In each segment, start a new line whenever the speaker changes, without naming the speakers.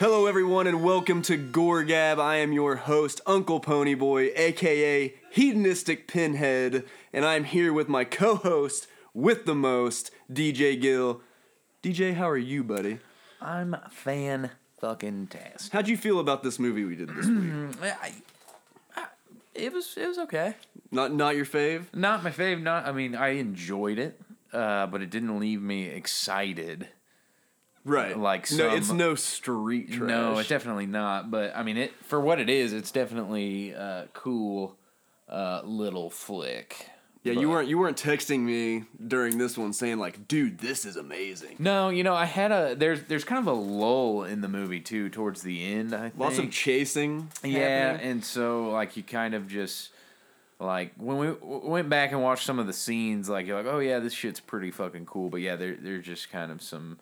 everyone, and welcome to Gore Gab. I am your host, Uncle Ponyboy, aka Hedonistic Pinhead, and I'm here with my co host with the most, DJ Gill. DJ, how are you, buddy?
I'm fan fucking test.
How'd you feel about this movie we did this week?
Mm, I, I, it was it was okay.
Not not your fave?
Not my fave. Not I mean I enjoyed it, uh, but it didn't leave me excited.
Right.
Like
no,
some-
it's no street trash.
No, it's definitely not. But I mean it for what it is. It's definitely uh, cool uh, little flick.
yeah, you
but-
weren't you weren't texting me during this one saying like, dude, this is amazing.
No, you know I had a there's there's kind of a lull in the movie too towards the end. I think.
Lots of chasing.
Yeah,
happening.
and so like you kind of just like when we w- went back and watched some of the scenes, like you're like, oh yeah, this shit's pretty fucking cool. But yeah, there there's just kind of some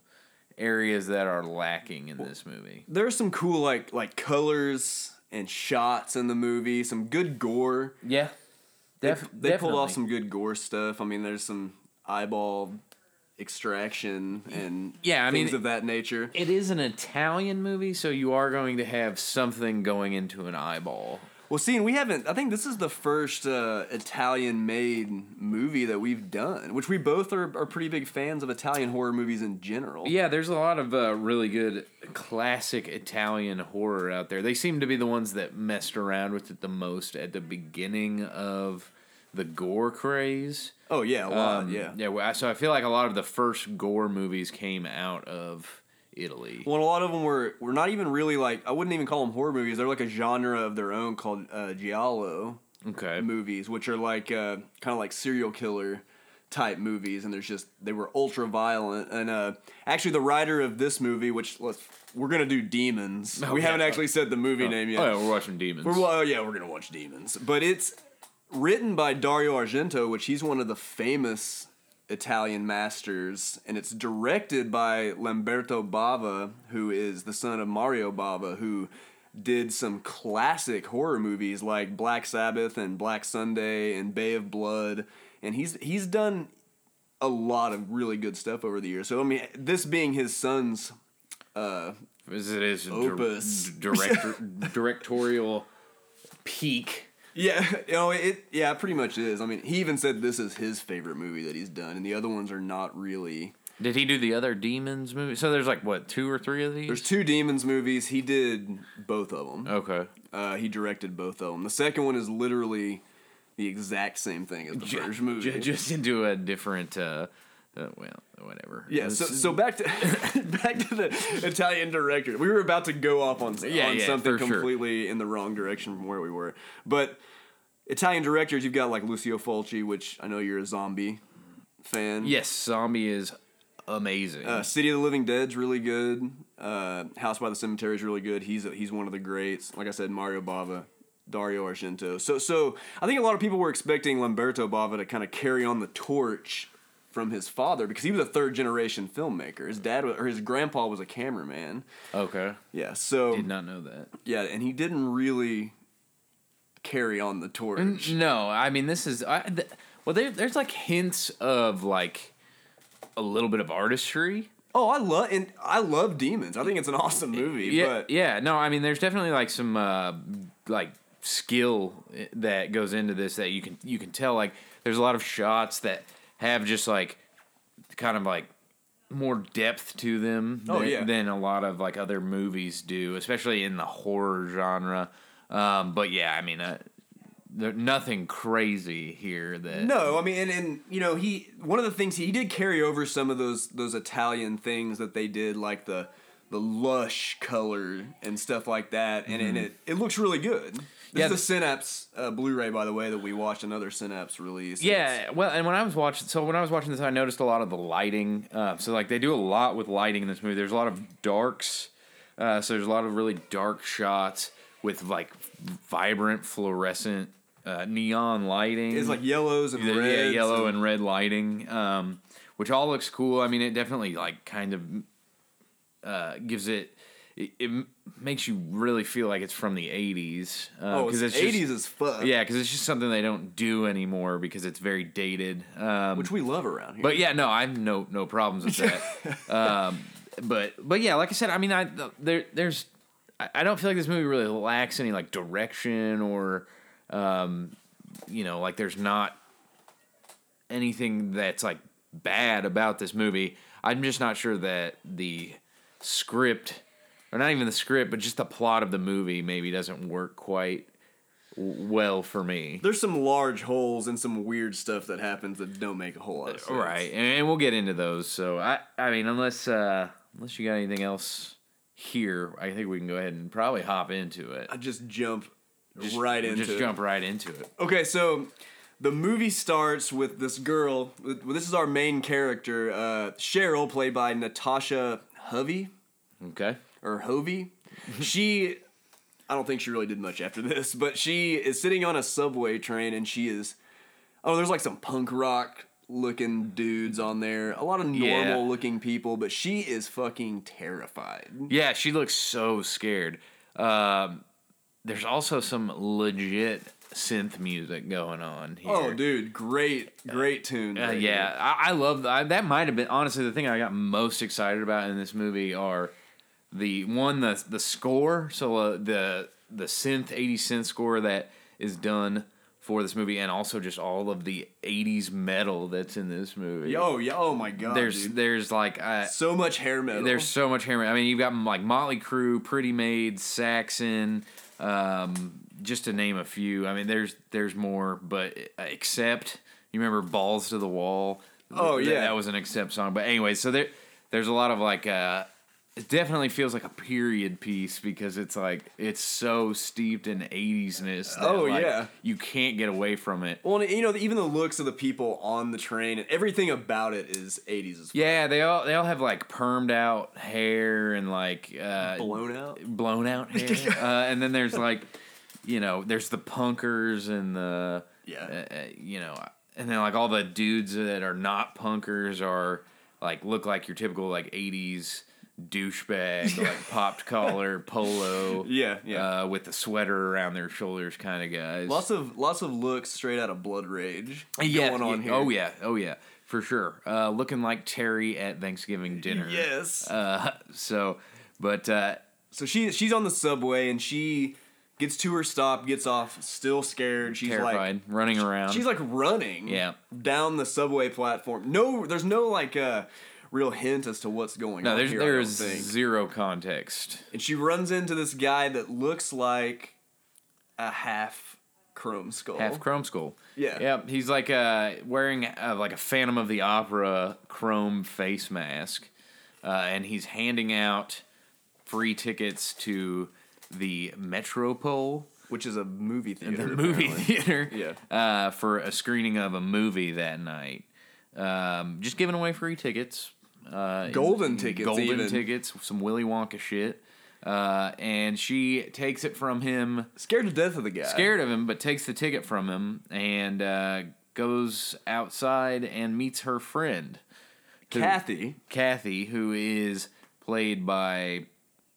areas that are lacking in this movie.
There are some cool like like colors and shots in the movie. Some good gore.
Yeah,
They, they pulled off some good gore stuff. I mean, there's some eyeball extraction and
Yeah, I mean-
things of that nature.
It is an Italian movie, so you are going to have something going into an eyeball.
Well, seeing we haven't. I think this is the first uh, Italian-made movie that we've done, which we both are, are pretty big fans of Italian horror movies in general.
Yeah, there's a lot of uh, really good classic Italian horror out there. They seem to be the ones that messed around with it the most at the beginning of the gore craze.
Oh yeah, a lot.
Um,
yeah.
Yeah, well, I- so I feel like a lot of the first gore movies came out of Italy.
Well, a lot of them were were not even really like I wouldn't even call them horror movies. They're like a genre of their own called uh, giallo
Okay.
movies, which are like uh, kind of like serial killer type movies, and there's just they were ultra violent. And uh, actually, the writer of this movie, which let's we're gonna do demons.
Oh,
we
yeah.
haven't actually said the movie name yet.
Oh, yeah, we're watching Demons.
We're, well, yeah, we're gonna watch Demons, but it's written by Dario Argento, which he's one of the famous Italian masters, and it's directed by Lamberto Bava, who is the son of Mario Bava, who did some classic horror movies like Black Sabbath and Black Sunday and Bay of Blood, and he's he's done a lot of really good stuff over the years. So I mean, this being his son's uh,
Is it is
Opus.
director, directorial peak.
Yeah, you know, it yeah, it pretty much is. I mean, he even said this is his favorite movie that he's done, and the other ones are not really.
Did he do the other Demons movie? So there's like what two or three of these?
There's two demons movies. He did both of them.
Okay.
Uh, he directed both of them. The second one is literally the exact same thing as the
Ju-
first movie.
ju- just into a different uh, uh well whatever
yeah, so,
This-
so back to back to the Italian director. We were about to go off on,
Yeah,
on
yeah,
something
for sure.
completely in the wrong direction from where we were. But Italian directors, you've got like Lucio Fulci, which I know you're a zombie fan.
yes zombie is amazing
Uh, City of the Living Dead's really good. Uh, House by the Cemetery is really good. He's he's one of the greats. Like I said, Mario Bava, Dario Argento. So so I think a lot of people were expecting Lamberto Bava to kind of carry on the torch from his father because he was a third generation filmmaker. His dad wa- or his grandpa was a cameraman.
okay
Yeah. So
did not know that
yeah, and he didn't really carry on the torch.
N- no i mean this is I, th- well there, there's like hints of like a little bit of artistry
Oh, I love and I love Demons. I think it's an awesome movie.
yeah
but
yeah no i mean there's definitely like some uh like skill i- that goes into this that you can you can tell like there's a lot of shots that have just like kind of like more depth to them
Oh,
than,
yeah.
than a lot of like other movies do especially in the horror genre um but yeah i mean uh, there, nothing crazy here that
No, I mean, and, and you know, he one of the things he did carry over some of those those Italian things that they did, like the the lush color and stuff like that, and, and it it looks really good. This
Mm-hmm. Yeah,
is the
the-
Synapse uh, Blu-ray, by the way, that we watched another Synapse release. It's-
Yeah, well, and when I was watching, so when I was watching this, I noticed a lot of the lighting. Uh, so like they do a lot with lighting in this movie. There's a lot of darks. Uh, so there's a lot of really dark shots with like vibrant fluorescent uh, neon lighting.
it's like yellows and
Yeah,
reds.
yeah, yellow and red lighting, um, which all looks cool. I mean, it definitely like kind of uh, gives it. It, it m- makes you really feel like it's from the '80s. Uh,
oh,
'cause
it's,
just-
80s as fuck.
yeah, because it's just something they don't do anymore because it's very dated. Um,
which we love around here.
but yeah, no, I have no no problems with that. um, but but yeah, like I said, I mean, I there there's I, I don't feel like this movie really lacks any like direction or, um, you know, like there's not anything that's like bad about this movie. I'm just not sure that the script, or not even the script, but just the plot of the movie maybe doesn't work quite w- well for me.
There's some large holes and some weird stuff that happens that don't make a whole lot of sense.
Uh, Right, and, and we'll get into those. So I, I mean, unless uh, unless you got anything else here, I think we can go ahead and probably hop into it.
I just jump
Just-
Uh, right into
just
it.
jump right into it.
Okay, so the movie starts with this girl. with- Well, this is our main character, uh, Cheryl, played by Natasha Hovey
Okay.
or Hovey. She, I don't think she really did much after this, but she is sitting on a subway train and she is. Oh, there's like some punk rock looking dudes on there. A lot of normal
Yeah.
looking people, but she is fucking terrified.
Yeah, she looks so scared. Um, there's also some legit synth music going on here.
Oh, dude, great, great tune.
Uh,
right
yeah, I, I love I, that. Might have been honestly the thing I got most excited about in this movie are the one the the score. So uh, the the synth eighty synth score that is done for this movie, and also just all of the eighties metal that's in this movie.
here. Oh, yeah. Oh, my God.
there's
dude.
there's like uh,
so much hair metal.
there's so much hair. I mean, you've got like Motley Crue, Pretty Maid, Saxon, um, just to name a few. I mean, there's there's more, but uh, except you remember Balls to the Wall.
Oh,
Th-
yeah.
that was an except song. But anyway, so there there's a lot of like. Uh, it definitely feels like a period piece because it's like it's so steeped in 80s-ness that
Oh,
like,
yeah.
you can't get away from it
Well, and, you know, even the looks of the people on the train and everything about it is 80s as
yeah they all they all have like permed out hair and like uh,
blown out.
blown out hair. uh, and then there's like, you know, there's the punkers and the,
Yeah.
uh, uh, you know, and then like all the dudes that are not punkers are like look like your typical like '80s douchebag, like popped collar, polo,
Yeah, yeah.
uh, with the sweater around their shoulders, kind of guys.
Lots of lots of looks straight out of Blood Rage
yeah,
going on
yeah,
here.
Oh yeah, oh yeah, for sure. Uh, looking like Terry at Thanksgiving dinner.
Yes.
Uh, so, but uh,
so she she's on the subway and she gets to her stop, gets off, still scared. She's
terrified, running around.
like she's like running
Yeah.
down the subway platform. No, there's no like uh, real hint as to what's going
No,
on.
there's
here, I don't
there's
think.
zero context.
and she runs into this guy that looks like a half chrome skull.
Half Chrome School.
Oh. Yeah.
Yep. He's like uh, wearing uh, like a Phantom of the Opera chrome face mask, uh, and he's handing out free tickets to the Metropole,
which is a movie theater.
the movie
apparently.
theater,
Yeah.
uh, for a screening of a movie that night. Um, just giving away free tickets. Uh,
Golden tickets,
Golden
even.
tickets. Some Willy Wonka shit. Uh, and she takes it from him.
Scared to death of the guy.
scared of him, but takes the ticket from him and uh, goes outside and meets her friend who-
Kathy.
Kathy, who is played by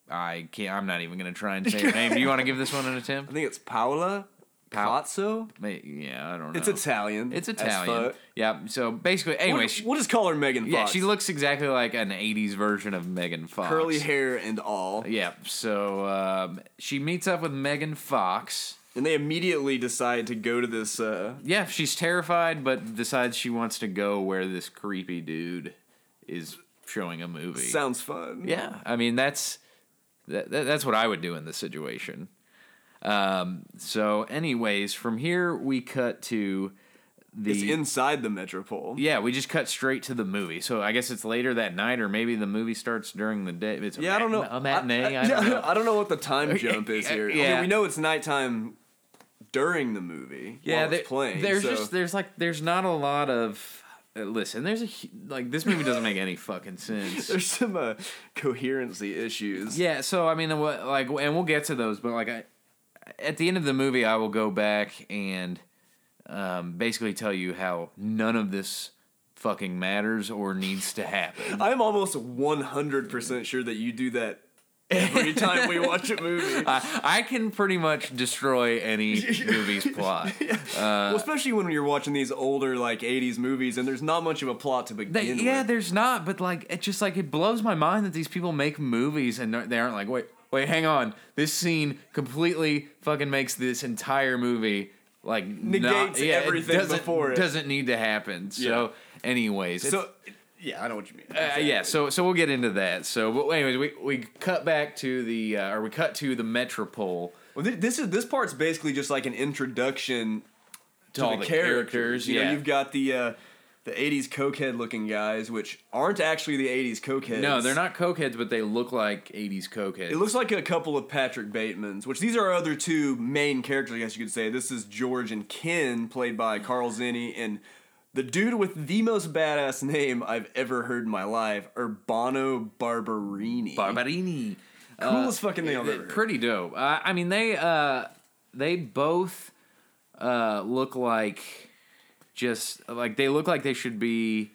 I can't. I'm not even gonna try and say her name. Do you want to give this one an
I
attempt?
think it's Paola
Pa-
Pazzo.
May- Yeah, I don't know.
It's Italian.
It's
as
Italian.
fuck.
Yeah. So basically, anyway,
We'll,
she,
we'll just call her Megan Fox.
yeah, she looks exactly like an '80s version of Megan Fox.
curly hair and all.
Yeah. So um, she meets up with Megan Fox.
And they immediately decide to go to this. Uh,
Yeah, she's terrified, but decides she wants to go where this creepy dude is showing a movie.
sounds fun.
yeah, I mean that's that, that, that's what I would do in this situation. Um, so, anyways, from here we cut to the
It's inside the Metropole.
yeah, we just cut straight to the movie. So I guess it's later that night, or maybe the movie starts during the day. It's a
Yeah, I don't know.
matin- A matinee. I,
yeah,
don't know.
I don't know what the time jump is here. I
Yeah.
mean, we know it's nighttime during the movie.
yeah,
while
there-
it's playing.
there's
so-
just there's like there's not a lot of. uh, Listen, there's a hu- like this movie doesn't make any fucking sense.
there's some uh, coherency issues.
Yeah, so I mean, what like, and we'll get to those, but like, I, at the end of the movie, I will go back and um, basically tell you how none of this fucking matters or needs to happen.
I'm almost 100% sure that you do that every time we watch a movie.
I, I can pretty much destroy any movie's plot.
well, especially when you're watching these older, like, 80s movies and there's not much of a plot to
That-
begin
yeah,
with.
there's not, but like, it just like it blows my mind that these people make movies and they're- they aren't like, wait, wait, hang on. This scene completely fucking makes this entire movie like not,
Negates
yeah, it
everything
doesn't-
before it.
Doesn't need to happen. So, anyways, it's-
So, yeah, I know what you mean.
uh, yeah, so so we'll get into that. So, but anyways, we we cut back to the uh, or we cut to the Metropole
Well, thi- this is this part's basically just like an introduction
to,
to
all
the, characters. You
yeah,
know, you've got the uh, the '80s cokehead looking guys, which aren't actually the '80s cokeheads.
no, they're not cokeheads, but they look like '80s cokeheads.
It looks like a couple of Patrick Batemans, which these are our other two main characters, I guess you could say. This is George and Ken, played by Carl Zinni, and the dude with the most badass name I've ever heard in my life, Urbano Barberini.
Barberini.
Coolest fucking name I've
uh, They-
ever heard.
Pretty dope. I, I mean, they uh, they both uh, look like just like they look like they should be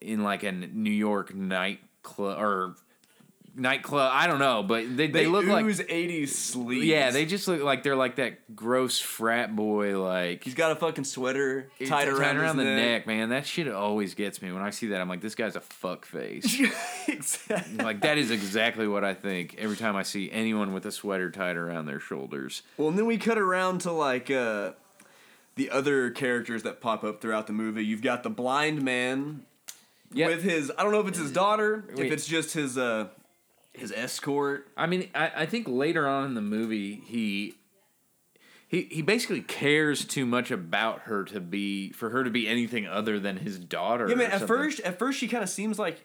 in like a New York nightclub or nightclub. I don't know, but they, they,
They,
look like
ooze 80s sleaze.
yeah, they just look like they're like that gross frat boy like.
He's got a fucking sweater
It's
tied around, his
the neck, man. That shit always gets me when I see that. I'm like, this guy's a fuck face.
exactly.
like that is exactly what I think every time I see anyone with a sweater tied around their shoulders.
Well, and then we cut around to like uh, the other characters that pop up throughout the movie. You've got the blind man
Yeah,
with his. I don't know if it's his daughter,
Wait.
if it's just his uh, his escort.
I mean, I, I think later on in the movie, he he he basically cares too much about her to be for her to be anything other than his daughter.
Yeah, man.
or
At
something.
first, at first, she kind of seems like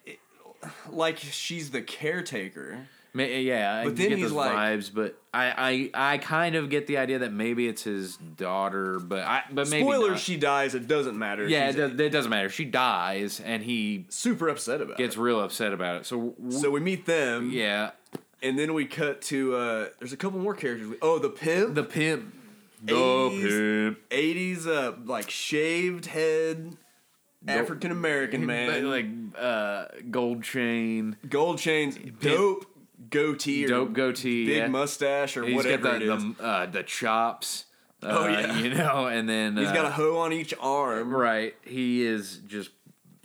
eh, like she's the caretaker.
Ma- yeah,
But
I
then
get
he's
those
like-
vibes. But I, I I kind of get the idea that maybe it's his daughter, but I but maybe
Spoiler:
not.
She dies. It doesn't matter.
yeah, it,
She's
does, it doesn't matter. She dies, and he
super upset about
gets
it.
real upset about it. So, w-
So we meet them,
yeah,
and then we cut to uh, there's a couple more characters. Oh, the pimp,
the pimp,
Eighties.
the pimp.
'80s uh, like shaved head African American man,
like uh, gold chain,
gold chains, dope goatee, or
dope goatee,
big
yeah.
mustache, or
He's
whatever
got the
it is.
the, uh, the chops. Uh,
Oh, yeah.
you know, and then
He's
uh,
got a hoe on each arm.
right. He is just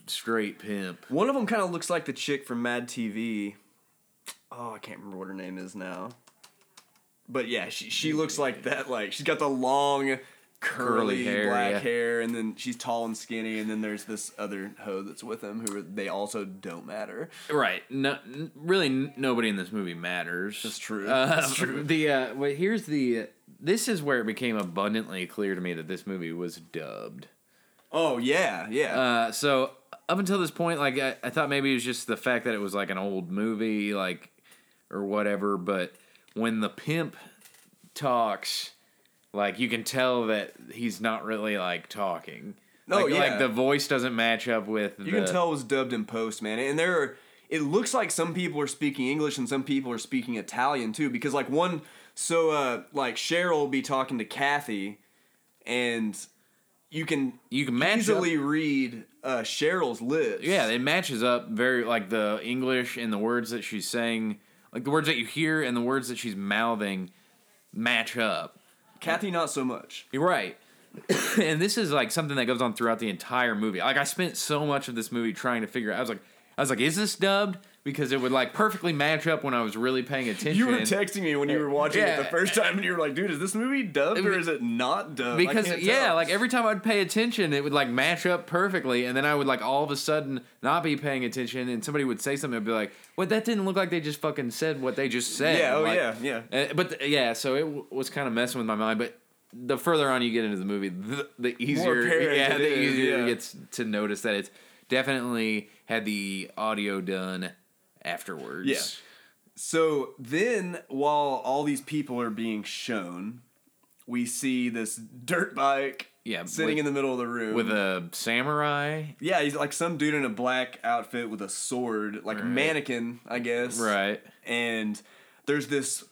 straight pimp.
One of them kind of looks like the chick from Mad TV. Oh, I can't remember what her name is now. But yeah, she she looks like that. Like she's got the long, curly,
Curly hair,
black
yeah.
hair, and then she's tall and skinny. And then there's this other hoe that's with him, who are- they also don't matter.
Right. No, n- really, n- nobody in this movie matters.
That's true.
Uh,
That's true.
The uh, well, here's the. This is where it became abundantly clear to me that this movie was dubbed.
Oh yeah, yeah.
Uh, so up until this point, like I, I thought maybe it was just the fact that it was like an old movie, like or whatever. But when the pimp talks, like you can tell that he's not really like talking.
Oh,
like,
yeah.
like the voice doesn't match up with.
You can tell it was dubbed in post, man. And there are, it looks like some people are speaking English and some people are speaking Italian too, because like one, so uh, like Cheryl will be talking to Kathy, and you can
you can match up-
easily read uh, Cheryl's lips.
Yeah, it matches up very like the English and the words that she's saying, like the words that you hear and the words that she's mouthing match up.
Kathy not so much.
You're right. and this is like something that goes on throughout the entire movie. Like I spent so much of this movie trying to figure out. I was like I was like is this dubbed? Because it would like perfectly match up when I was really paying attention.
You were texting me when you were watching it the
Yeah.
first time, and you were like, "Dude, is this movie dubbed or is it not dubbed?" I
because
can't
yeah,
tell.
like every time I'd pay attention, it would like match up perfectly, and then I would like all of a sudden not be paying attention, and somebody would say something, I'd be like, "What? That didn't look like they just fucking said what they just said."
Yeah, oh,
Like,
yeah, yeah.
uh, but th- yeah, so it w- was kind of messing with my mind, but. The further on you get into the movie, the, the easier,
apparent
yeah,
it
the
is,
easier
yeah.
it gets to notice that it's definitely had the audio done afterwards.
Yeah. So then, while all these people are being shown, we see this dirt bike
Yeah,
sitting
with-
in the middle of the room.
with a samurai,
yeah, he's like some dude in a black outfit with a sword, like a mannequin, I guess.
right?
And there's this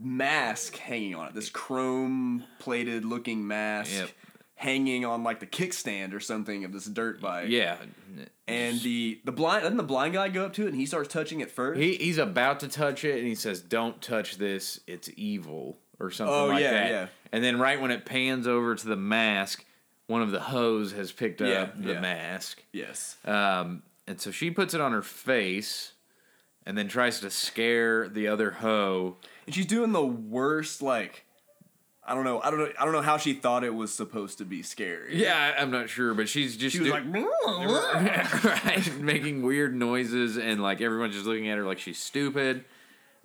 mask hanging on it, this chrome plated looking mask
Yep.
hanging on like the kickstand or something of this dirt bike.
Yeah,
And the the blind doesn't the blind guy go up to it and he starts touching it first.
He he's about to touch it, and he says, "Don't touch this. It's evil," or something
Oh,
like
yeah,
that.
yeah.
And then right when it pans over to the mask, one of the hoes has picked
Yeah,
up the
yeah.
mask,
yes.
um, and so she puts it on her face, and then tries to scare the other hoe.
And she's doing the worst, like I don't know, I don't know, I don't know how she thought it was supposed to be scary.
Yeah, I, I'm not sure, but she's just
She was
do-
like,
right, making weird noises, and like everyone's just looking at her like she's stupid.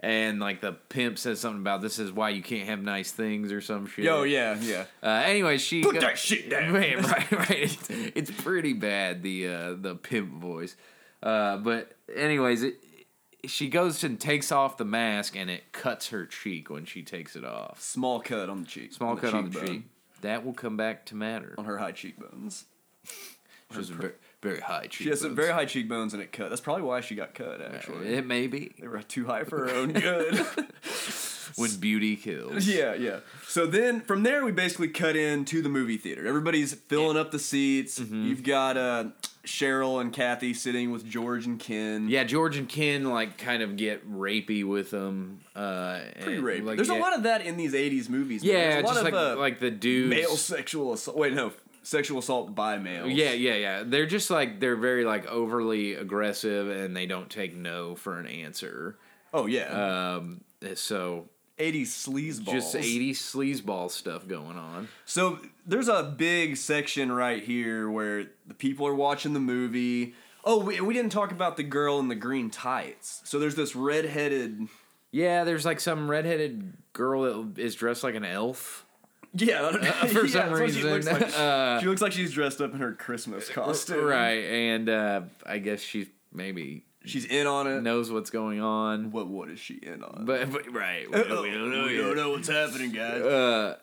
And like the pimp says something about this is why you can't have nice things or some shit.
yo, yeah, yeah.
Uh, anyway, she
Put that shit down.
Man, right, right. It's, it's pretty bad the uh, the pimp voice. Uh, but anyways, it, she goes and takes off the mask, and it cuts her cheek when she takes it off.
Small cut on the cheek.
Small cut on the
cheekbone.
cheek. That will come back to matter.
On her high cheekbones.
She has a very, very high cheek.
She has some very high cheekbones and it cut. That's probably why she got cut, actually.
It may be
They were too high for her own good.
when beauty kills.
yeah, yeah. So then from there we basically cut in to the movie theater. Everybody's filling up the seats.
Mm-hmm.
You've got uh, Cheryl and Kathy sitting with George and Ken.
Yeah, George and Ken like kind of get rapey with them. Uh,
Pretty
and,
rapey.
like,
There's
yeah-
a lot of that in these 80s movies. man.
yeah,
There's a lot
just
of
like
uh,
like the dudes.
male sexual assault. Wait, no, sexual assault by males.
Yeah, yeah, yeah. They're just like they're very like overly aggressive and they don't take no for an answer.
Oh yeah.
Um, so
80s sleazeballs.
just 80s sleazeball stuff going on.
So there's a big section right here where the people are watching the movie. Oh, we, we didn't talk about the girl in the green tights. So there's this redheaded.
Yeah, there's like some redheaded girl that is dressed like an elf.
Yeah,
Uh, for some
that's what She looks,
reason.
like.
Uh,
she looks like she's dressed up in her Christmas costume.
Right, and uh, I guess she maybe
She's in on it.
knows what's going on.
What what is she in on?
But, but right, we, we don't know
We
yet. Uh,
don't know what's happening, guys.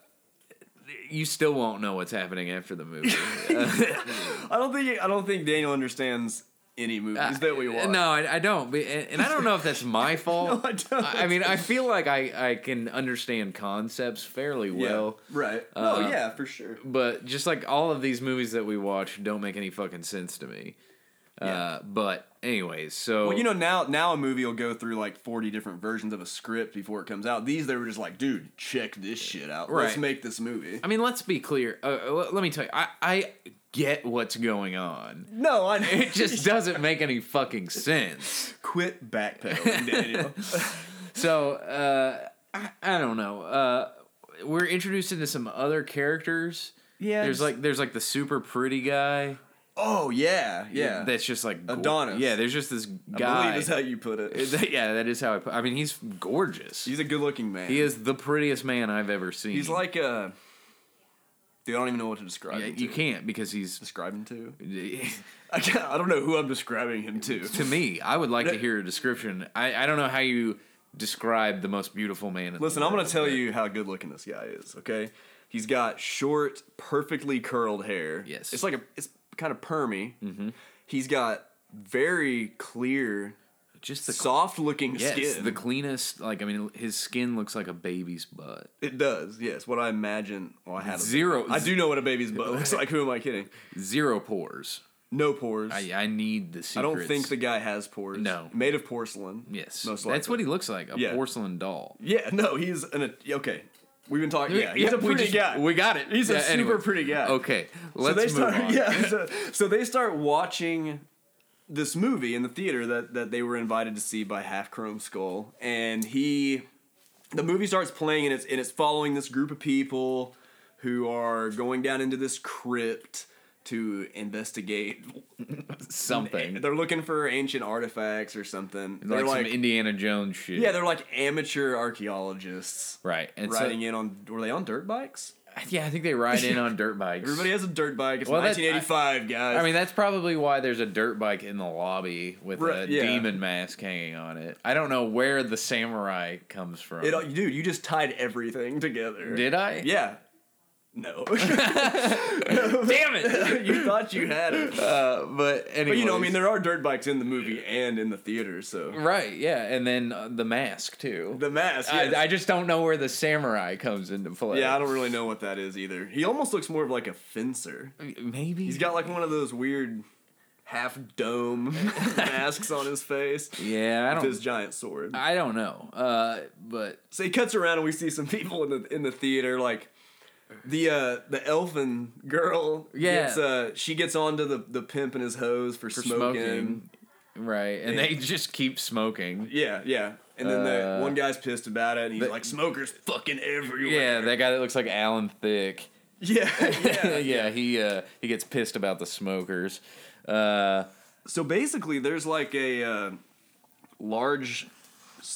You still won't know what's happening after the movie.
I don't think I don't think Daniel understands any movies that we watch.
Uh, No, I, I don't. But- And and I don't know if that's my fault.
No, I don't.
I mean, I feel like I, I can understand concepts fairly
Yeah,
well. uh,
right. oh yeah, for sure.
But just like all of these movies that we watch don't make any fucking sense to me.
Yeah.
Uh, but, anyways, so.
Well, you know now now a movie will go through like forty different versions of a script before it comes out. These they were just like, dude, check this shit out. Let's
Right.
make this movie.
I mean, let's be clear. Uh, l- let me tell you, I, I get what's going on.
No, I
It just doesn't make any fucking sense.
quit backpedaling, Daniel.
So uh, I, I don't know. Uh, we're introduced into some other characters.
Yeah,
there's
just-
like there's like the super pretty guy.
oh yeah, yeah.
that's just like go-
Adonis.
Yeah, there's just this
I
guy.
believe is how you put it.
yeah, that is how I. Put, I mean, he's gorgeous.
He's a good looking man.
he is the prettiest man I've ever seen.
He's like uh Dude, I don't even know what to describe
Yeah,
him
you
to.
can't because he's.
describe him to.
to
I, can't, I don't know who I'm describing him to.
me, I would like to hear a description. I, I don't know how you describe the most beautiful man. In the
Listen, I'm gonna
world,
tell
but-
you how good looking this guy is. Okay, he's got short, perfectly curled hair.
Yes.
it's like a it's kind of permy. Mm-hmm. He's got very clear,
just the
soft looking
yes,
skin.
the cleanest. Like I mean, his skin looks like a baby's butt.
it does. Yes, what I imagine. Well, I had a
Zero-
I do know what a baby's butt looks like. Who am I kidding?
Zero pores.
No pores.
I, I need the
I
secrets.
don't think the guy has pores.
No.
made of porcelain.
Yes,
most
that's what
likely.
he looks like—a
Yeah.
porcelain doll.
Yeah, no, he's an okay. We've been talking. Yeah, he's a
we
pretty
just-
guy.
We got it.
He's a
Yeah,
super
anyways.
pretty guy.
Okay, let's
so they start
move on.
yeah so, so they start watching this movie in the theater that that they were invited to see by half chrome skull and he the movie starts playing and it's and it's following this group of people who are going down into this crypt to investigate
Something
they're looking for ancient artifacts or something they're
like,
like,
some Indiana Jones shit.
yeah they're like amateur archaeologists
right. And
riding in on were they on dirt bikes
so, yeah, I think they ride in on dirt bikes.
everybody has a dirt bike it's
Well, that's- I-
1985 guys
I mean, that's probably why there's a dirt bike in the lobby with
Right,
a
yeah.
Uh, Mm. uh,
uh,
Uh, right? And they just keep smoking.
Yeah, yeah. And then
Uh,
the one guy's pissed about it, and he's
the-
like, "Smokers fucking everywhere."
Yeah, that guy that looks like Alan Thick.
Yeah,
yeah,
yeah,
he uh, he gets pissed about the smokers. Uh,
So basically, there's like a uh, large.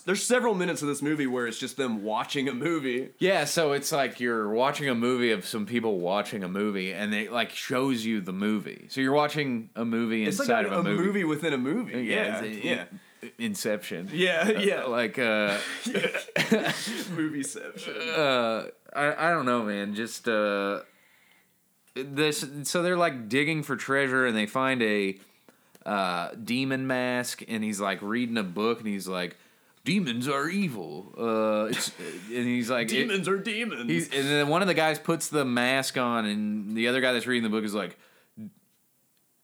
There's several minutes of this movie where it's just them watching a movie.
yeah, so it's like you're watching a movie of some people watching a movie, and it like shows you the movie. So you're watching a movie
It's
inside
like a,
of a,
movie. within a movie. Yeah,
it's-
yeah,
Inception.
yeah, yeah.
Like uh,
Movieception.
uh, I I don't know, man. Just uh, this. So they're like digging for treasure, and they find a uh, demon mask, and he's like reading a book, and he's like, "Demons are evil." Uh, it's, and he's like, it-
Demons are demons.
He's, and then one of the guys puts the mask on, and the other guy that's reading the book is like,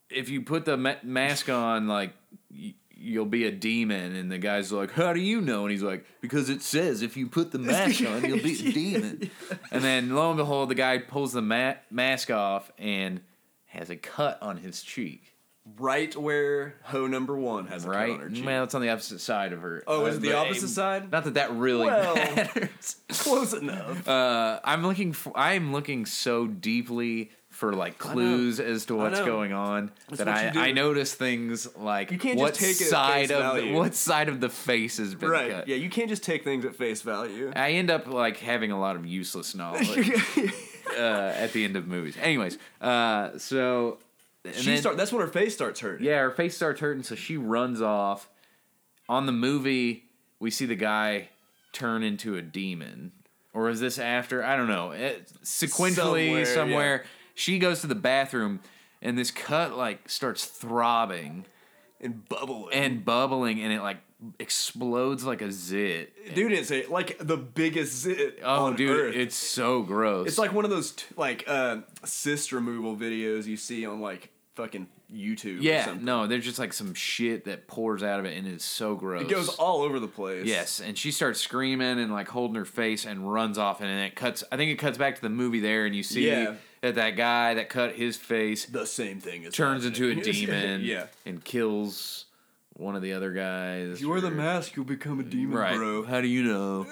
"If you put the ma- mask on, like, y- you'll be a demon." And the guy's like, "How do you know?" And he's like, "Because it says if you put the mask on, you'll be a demon." And then lo and behold, the guy pulls the ma- mask off and has a cut on his cheek.
right where hoe number one has a right?
Right? Well, it's on the opposite side of her.
Oh, is
uh,
it the
but-
opposite side?
Not that that really
Well-
matters.
Close enough.
Uh, I'm looking for. I'm looking so deeply for like clues as to what's
know.
going on that
what you do.
I, I notice things like
You can't just
what
take it at
side
face
of the,
value.
what side of the face has been
right.
cut.
Yeah, you can't just take things at face value.
I end up like having a lot of useless knowledge uh, at the end of movies. Anyways, uh, so and
she
then-
start. That's when her face starts hurting.
yeah, her face starts hurting, so she runs off. On the movie, we see the guy turn into a demon. Or is this after? I don't know. It, sequentially, somewhere,
Somewhere,
she goes to the bathroom, and this cut like starts throbbing
and bubbling.
and bubbling, and it like explodes like a zit.
dude, it's a, like the biggest zit
Oh,
on
dude,
earth.
it's so gross.
It's like one of those t- like uh, cyst removal videos you see on like fucking YouTube. or
yeah,
something.
no, there's just like some shit that pours out of it, and it's so gross.
it goes all over the place.
Yes, and she starts screaming and like holding her face and runs off, and then it cuts. I think it cuts back to the movie there, and you see
Yeah.
that that guy that cut his face
the same thing as
turns into a demon,
yeah,
and kills one of the other guys.
if you wear the
or-
mask, you'll become a demon,
right?
bro.
How do you know?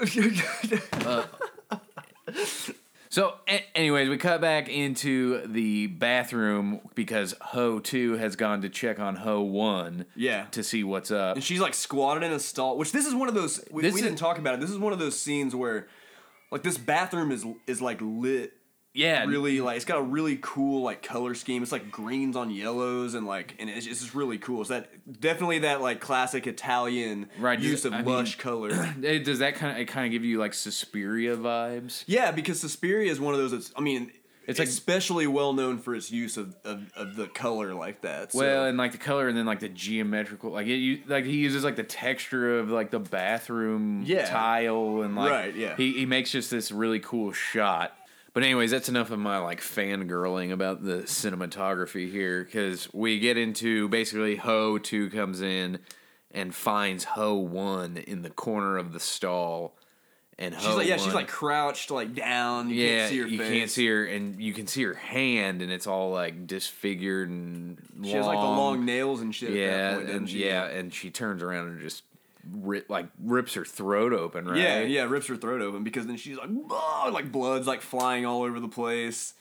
So, a- anyways, we cut back into the bathroom because Ho Two has gone to check on Ho One
yeah.
to see what's up.
And she's like squatted in a stall, which this is one of those we,
This
we
is-
didn't talk about it. This is one of those scenes where like this bathroom is is like lit
Yeah,
really like it's got a really cool like color scheme. It's like greens on yellows and like and it's just it's really cool. It's that definitely that like classic Italian
Right,
use of
I mean-
lush color.
It- does that kind of it kind of give you like Suspiria vibes?
yeah, because Suspiria is one of those. That's, I mean, it's
It's like-
especially well known for its use of, of, of the color like that. So.
Well, and like the color, and then like the geometrical, like it, you, like he uses like the texture of like the bathroom
Yeah.
tile, and like
Right, yeah.
he he makes just this really cool shot. But anyways, that's enough of my like fangirling about the cinematography here, because we get into basically Ho Two comes in and finds Ho One in the corner of the stall, and
she's like yeah, she's like crouched like down. You
yeah,
can't see her
you
face.
can't see her, and you can see her hand, and it's all like disfigured and long.
She has like the long nails and shit.
yeah,
at that point, doesn't
and,
she?
yeah, and she turns around and just rip, like rips her throat open, right?
Yeah, yeah, rips her throat open because then she's like, "Whoa," like blood's like flying all over the place,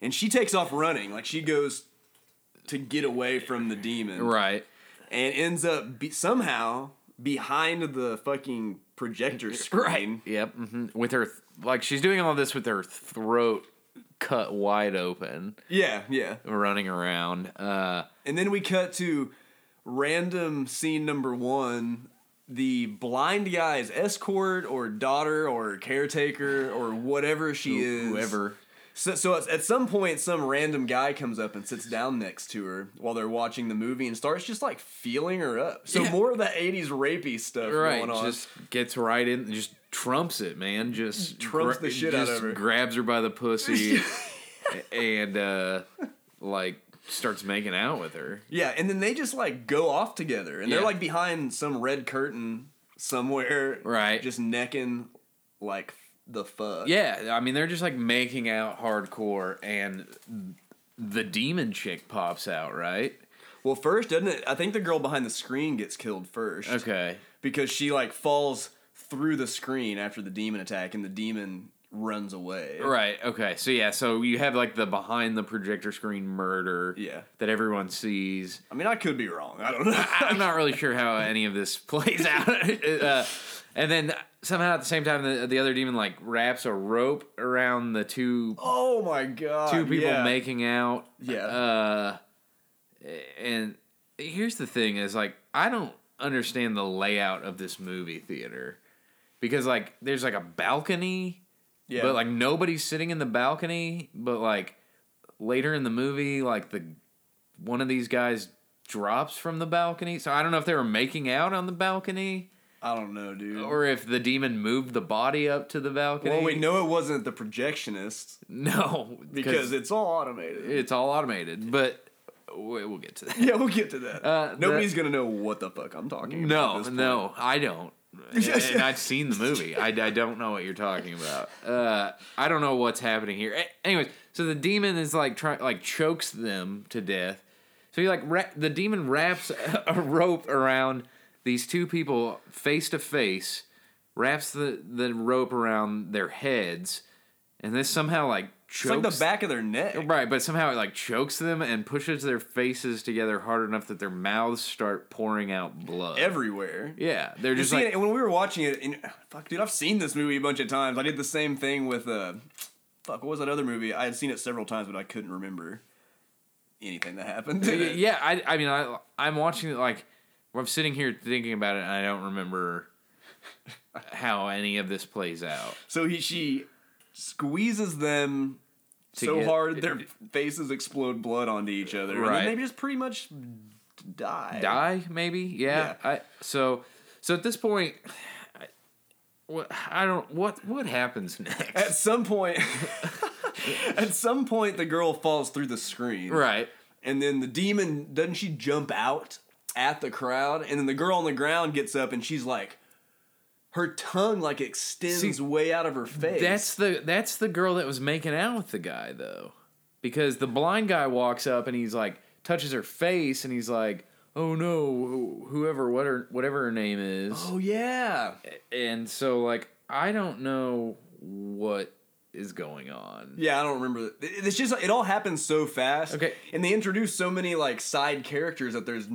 and she takes off running. Like she goes to get away from the demon,
right.
and ends up be- somehow behind the fucking projector screen.
Yep, hmm with her th- like she's doing all this with her throat cut wide open,
Yeah, yeah.
running around. Uh,
And then we cut to random scene number one. The blind guy's escort or daughter or caretaker or whatever she is.
whoever.
So, so at, at some point, some random guy comes up and sits down next to her while they're watching the movie and starts just like feeling her up. So
Yeah.
more of that '80s rapey stuff
right
going on.
just gets right in and just trumps it man just
Trumps the shit out
just
of her.
grabs her by the pussy and uh like starts making out with her
yeah, and then they just like go off together, and
Yeah.
they're like behind some red curtain somewhere,
Right.
Just necking like the fuck.
yeah i mean they're just like making out hardcore and the demon chick pops out right
Well, first, doesn't it? I think the girl behind the screen gets killed first.
Okay.
Because she like falls through the screen after the demon attack, and the demon runs away.
Right. Okay. So yeah. So you have like the behind the projector screen murder.
Yeah.
That everyone sees.
I mean, I could be wrong. I don't know.
I'm not really sure how any of this plays out. uh, and then somehow at the same time, the, the other demon like wraps a rope around the two
oh my god.
two people
yeah.
making out.
Yeah.
Uh, and here's the thing: is like I don't understand the layout of this movie theater because like there's like a balcony,
Yeah.
but like nobody's sitting in the balcony. But like later in the movie, like the one of these guys drops from the balcony. So I don't know if they were making out on the balcony
I don't know, dude.
or if the demon moved the body up to the balcony.
Mm. well, we know it wasn't the projectionist
no
because it's all automated.
It's all automated, but we- we'll get to that.
yeah, we'll get to that.
Uh, the-
Nobody's gonna know what the fuck I'm talking about.
No,
at this
no, I don't. And,
Yes,
and
yeah.
I've seen the movie. I, I don't know what you're talking about. Uh, I don't know what's happening here. A- Anyways, so the demon is like trying, like chokes them to death. So he like wra- the demon wraps a, a rope around these two people face to face, wraps the the rope around their heads, and this somehow like
It's
chokes
like the back of their neck.
Right, but somehow it like chokes them and pushes their faces together hard enough that their mouths start pouring out blood.
Everywhere.
yeah, they're
You're
just
seeing
like
it, when we were watching it, and ah, fuck, dude, I've seen this movie a bunch of times. I did the same thing with uh, fuck, what was that other movie? I had seen it several times, but I couldn't remember anything that happened.
yeah. I, I mean, I I'm watching it like I'm sitting here thinking about it and I don't remember how any of this plays out.
So he she squeezes them so
get-
hard their faces explode blood onto each other,
Right.
and then they just pretty much die.
Die maybe? Yeah.
Yeah.
I so so at this point. I- What I don't what what happens
At
next?
some point, at some point, the girl falls through the screen,
Right.
and then the demon doesn't she jump out at the crowd and then the girl on the ground gets up and she's like her tongue like extends
See,
way out of her face
That's the that's the girl that was making out with the guy though, because the blind guy walks up and he's like touches her face and he's like, "Oh no, who- whoever what her, whatever her name is,"
oh yeah
and so like I don't know what is going on.
yeah i don't remember It- it's just it all happens so fast
Okay.
and they introduce so many like side characters that there's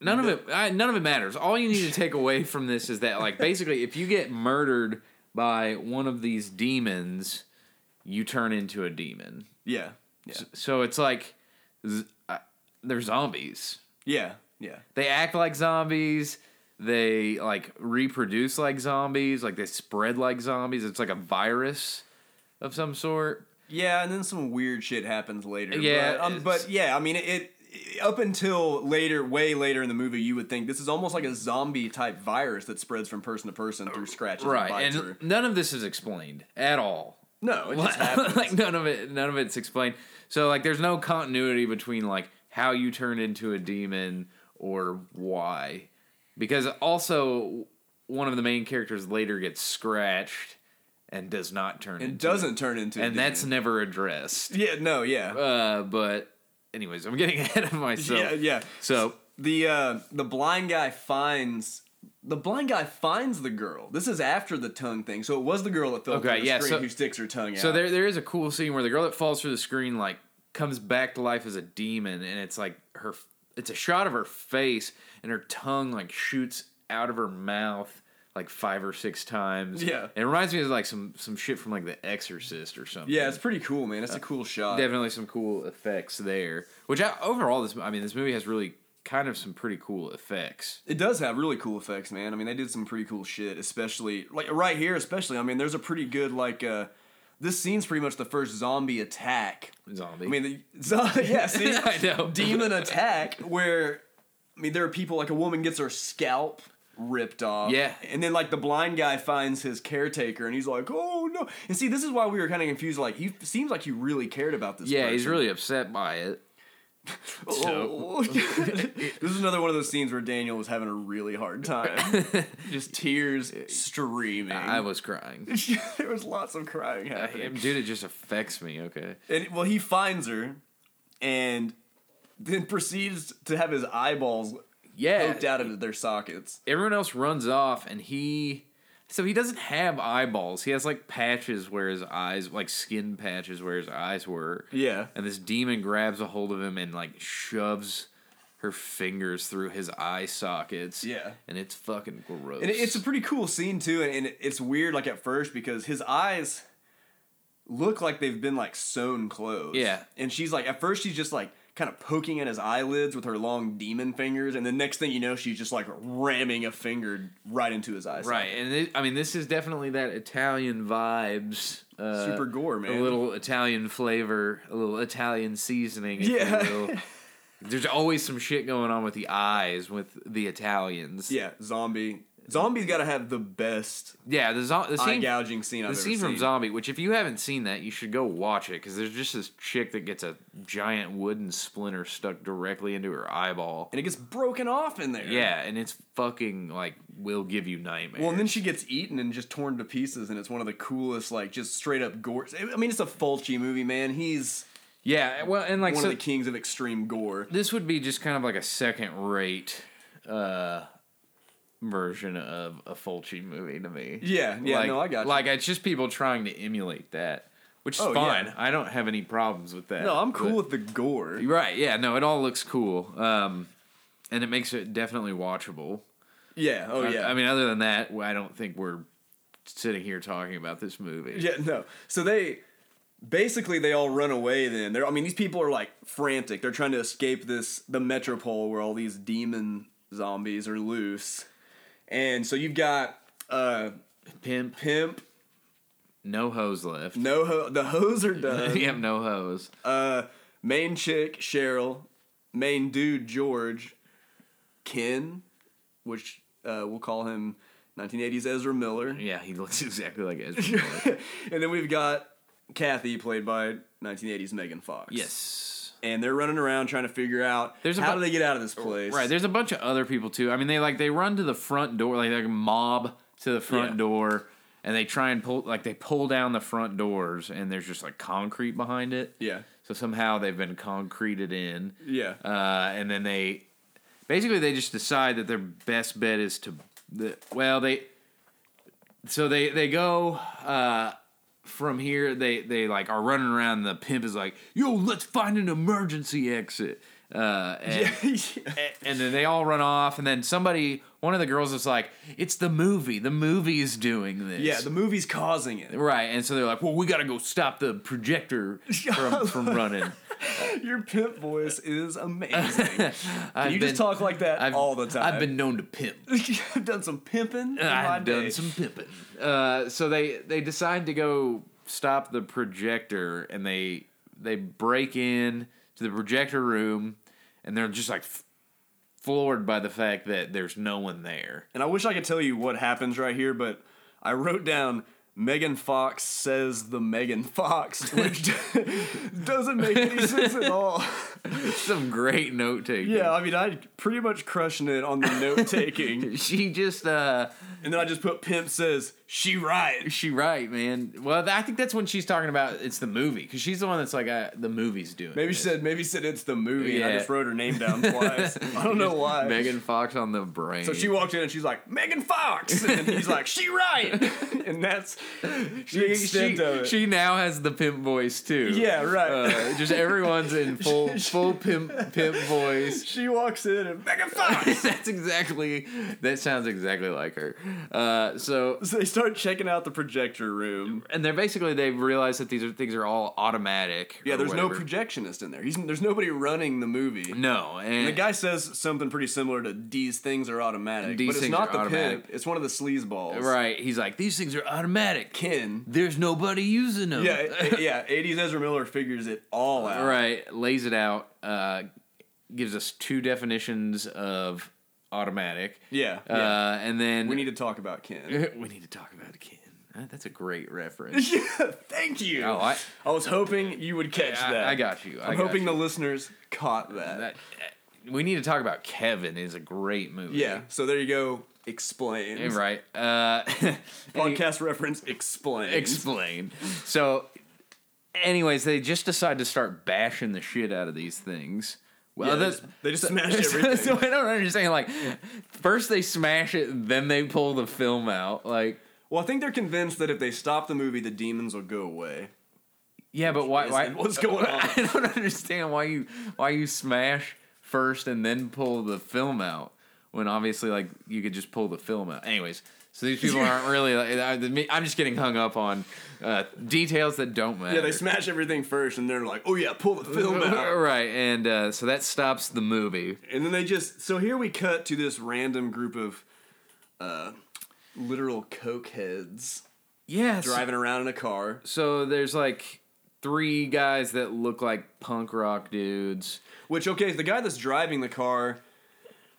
None of it I, none of it matters. All you need to take away from this is that like basically if you get murdered by one of these demons, you turn into a demon.
yeah yeah
So it's like z- I- they're zombies.
yeah yeah
they act like zombies they like reproduce like zombies like they spread like zombies it's like a virus of some sort
yeah and then some weird shit happens later
Yeah,
but, um, but
it's-
yeah i mean it, it up until later way later in the movie you would think this is almost like a zombie type virus that spreads from person to person through scratches and
right
bites
and
or-
none of this is explained at all
No, it just happens.
like none of it none of it's explained so like there's no continuity between like how you turn into a demon or why because also one of the main characters later gets scratched and does not turn
it
into a-
doesn't turn into. a
and that's
demon.
never addressed
yeah, no, yeah,
Uh, but anyways, I'm getting ahead of myself.
yeah, yeah.
So
The uh, the blind guy finds the blind guy finds the girl. This is after the tongue thing, so it was the girl that fell
Okay,
through the
yeah,
screen
so-
who sticks her tongue out.
so there there is a cool scene where the girl that falls through the screen like comes back to life as a demon, and it's like her it's a shot of her face and her tongue like shoots out of her mouth like five or six times.
Yeah.
And it reminds me of like some some shit from like The Exorcist or something.
yeah, it's pretty cool, man. It's a cool shot.
definitely some cool effects there. Which I, overall this I mean this movie has really kind of some pretty cool effects.
It does have really cool effects, man. I mean, they did some pretty cool shit, especially like right here, especially. I mean, there's a pretty good like. uh this scene's pretty much the first zombie attack
Zombie.
I mean, the, so, yeah, see,
I know.
demon attack where I mean there are people like a woman gets her scalp ripped off.
Yeah.
and then like the blind guy finds his caretaker and he's like, oh no. And see, this is why we were kind of confused. Like, he seems like you really cared about this.
yeah, he's
person.
really upset by it.
Oh. this is another one of those scenes where Daniel was having a really hard time, just tears streaming.
I was crying.
there was lots of crying happening.
Dude, it just affects me. Okay.
And well, he finds her, and then proceeds to have his eyeballs
Yeah.
poked out of their sockets.
everyone else runs off and he so he doesn't have eyeballs he has like patches where his eyes like skin patches where his eyes were
Yeah.
and this demon grabs a hold of him and like shoves her fingers through his eye sockets
Yeah.
and it's fucking gross
And it- it's a pretty cool scene too, and, and it's weird like at first because his eyes look like they've been like sewn closed.
Yeah.
And she's like at first she's just like kind of poking at his eyelids with her long demon fingers, and the next thing you know, she's just like ramming a finger right into his eyes.
right and it, i mean this is definitely that italian vibes uh,
Super gore, man.
a little italian flavor a little italian seasoning if
Yeah.
you will. there's always some shit going on with the eyes with the italians
Yeah, zombie. Zombie's gotta have the best
Yeah, the, zo- the
eye
scene, the
gouging scene I've ever
scene
seen.
from Zombie, which if you haven't seen that, you should go watch it because there's just this chick that gets a giant wooden splinter stuck directly into her eyeball.
and it gets broken off in there.
Yeah, and it's fucking like will give you nightmares.
Well, and then she gets eaten and just torn to pieces, and it's one of the coolest, like, just straight up gore. I mean, it's a Fulci movie, man. He's
yeah, well, and like
one
so
of the kings of extreme gore.
this would be just kind of like a second rate uh version of a Fulci movie to me.
Yeah, yeah,
like,
no, I got you.
Like it's just people trying to emulate that, which is
Oh, yeah.
fine. I don't have any problems with that.
No, I'm
but-
cool with the gore.
Right. Yeah. No, it all looks cool. Um, and it makes it definitely watchable.
Yeah, oh
I-
yeah.
I, mean, other than that, I don't think we're sitting here talking about this movie.
yeah, no. So they basically they all run away. Then they're. I mean, these people are like frantic. They're trying to escape this the metropole where all these demon zombies are loose, and so you've got uh
Pimp.
pimp.
No hose left.
No, ho- the hose are done.
you have no hose.
Uh, main chick Cheryl, main dude George, Ken, which uh, we'll call him 1980s Ezra Miller,
Yeah, he looks exactly like Ezra. Miller.
and then we've got Kathy, played by 1980s Megan Fox.
yes.
and they're running around trying to figure out
There's a
how
bu-
do they get out of this place.
Right. There's a bunch of other people too. I mean, they like they run to the front door, like they mob to the front
Yeah.
door, and they try and pull like they pull down the front doors, and there's just like concrete behind it.
Yeah,
So somehow they've been concreted in.
yeah,
uh, and then they basically they just decide that their best bet is to the, well they so they they go uh, from here they they like are running around the pimp is like yo let's find an emergency exit uh, and, a- and then they all run off and then somebody one of the girls is like it's the movie the movie is doing this
yeah. The movie's causing it.
right and so they're like well we gotta go stop the projector from, from running
Your pimp voice is amazing. Can
I've
you
been-
just talk like that
I've-
all the time.
I've been known to pimp
I've done some pimping. in my
I've
day.
done some pimping. Uh, so they they decide to go stop the projector, and they they break in to the projector room, and they're just like f- floored by the fact that there's no one there.
And I wish I could tell you what happens right here, but I wrote down Megan Fox says the Megan Fox, which doesn't make any sense at all.
Some great note taking.
Yeah, I mean, I pretty much crushing it on the note taking,
She just uh
and then I just put pimp says she right.
she right man. Well, I think that's when she's talking about it's the movie because she's the one that's like uh, the movie's doing.
Maybe she
this.
said maybe she said it's the movie, and I
Yeah.
just wrote her name down twice. I don't know why.
Megan Fox on the brain.
So she walked in and she's like Megan Fox, and he's like she right, and that's the
she,
extent
she-
of it.
she now has the pimp voice too.
yeah, right.
Uh, just everyone's in full full pimp pimp voice.
she walks in and Megan Fox.
That's exactly. That sounds exactly like her. Uh, so
So they start checking out the projector room.
and they're basically they've realized that these are, things are all automatic.
Yeah,
or
there's no
whatever.
projectionist in there. He's there's nobody running the movie.
no and
The guy says something pretty similar to "These things are automatic,"
These
but it's
things
not
are
the
automatic.
pimp. It's one of the sleazeballs.
right. He's like these things are automatic.
Ken.
there's nobody using them.
Yeah, it- yeah. 80s Ezra Miller figures it all out.
right. Lays it out. Uh, gives us two definitions of automatic.
Yeah.
Uh,
yeah.
and then
we need to talk about Ken.
we need to talk about it, Ken. Uh, That's a great reference.
Thank you.
oh, I,
I was hoping you would catch
I,
that.
I got you. I
I'm
got
hoping
you.
the listeners caught that.
that. uh, We need to talk about Kevin. Is a great movie.
Yeah. So there you go. Explain.
Yeah, right. Uh, any-
Podcast reference. Explain.
explain. So, anyways, they just decide to start bashing the shit out of these things Well,
Yeah, they
that's-
just- they just smash
so-
everything.
So I don't understand. Like, first they smash it, then they pull the film out. Like,
Well, I think they're convinced that if they stop the movie, the demons will go away.
yeah, but why?
Is-
why
what's going on?
I don't understand why you why you smash first and then pull the film out when obviously like you could just pull the film out. Anyways, so these people aren't really. Like, I, me- I'm just getting hung up on uh, details that don't matter.
Yeah, they smash everything first, and they're like, "Oh yeah, pull the film out."
right, and uh, so that stops the movie.
And then they just so here we cut to this random group of uh, literal cokeheads
Yeah, so-
driving around in a car.
so there's like three guys that look like punk rock dudes.
Which okay, the guy that's driving the car,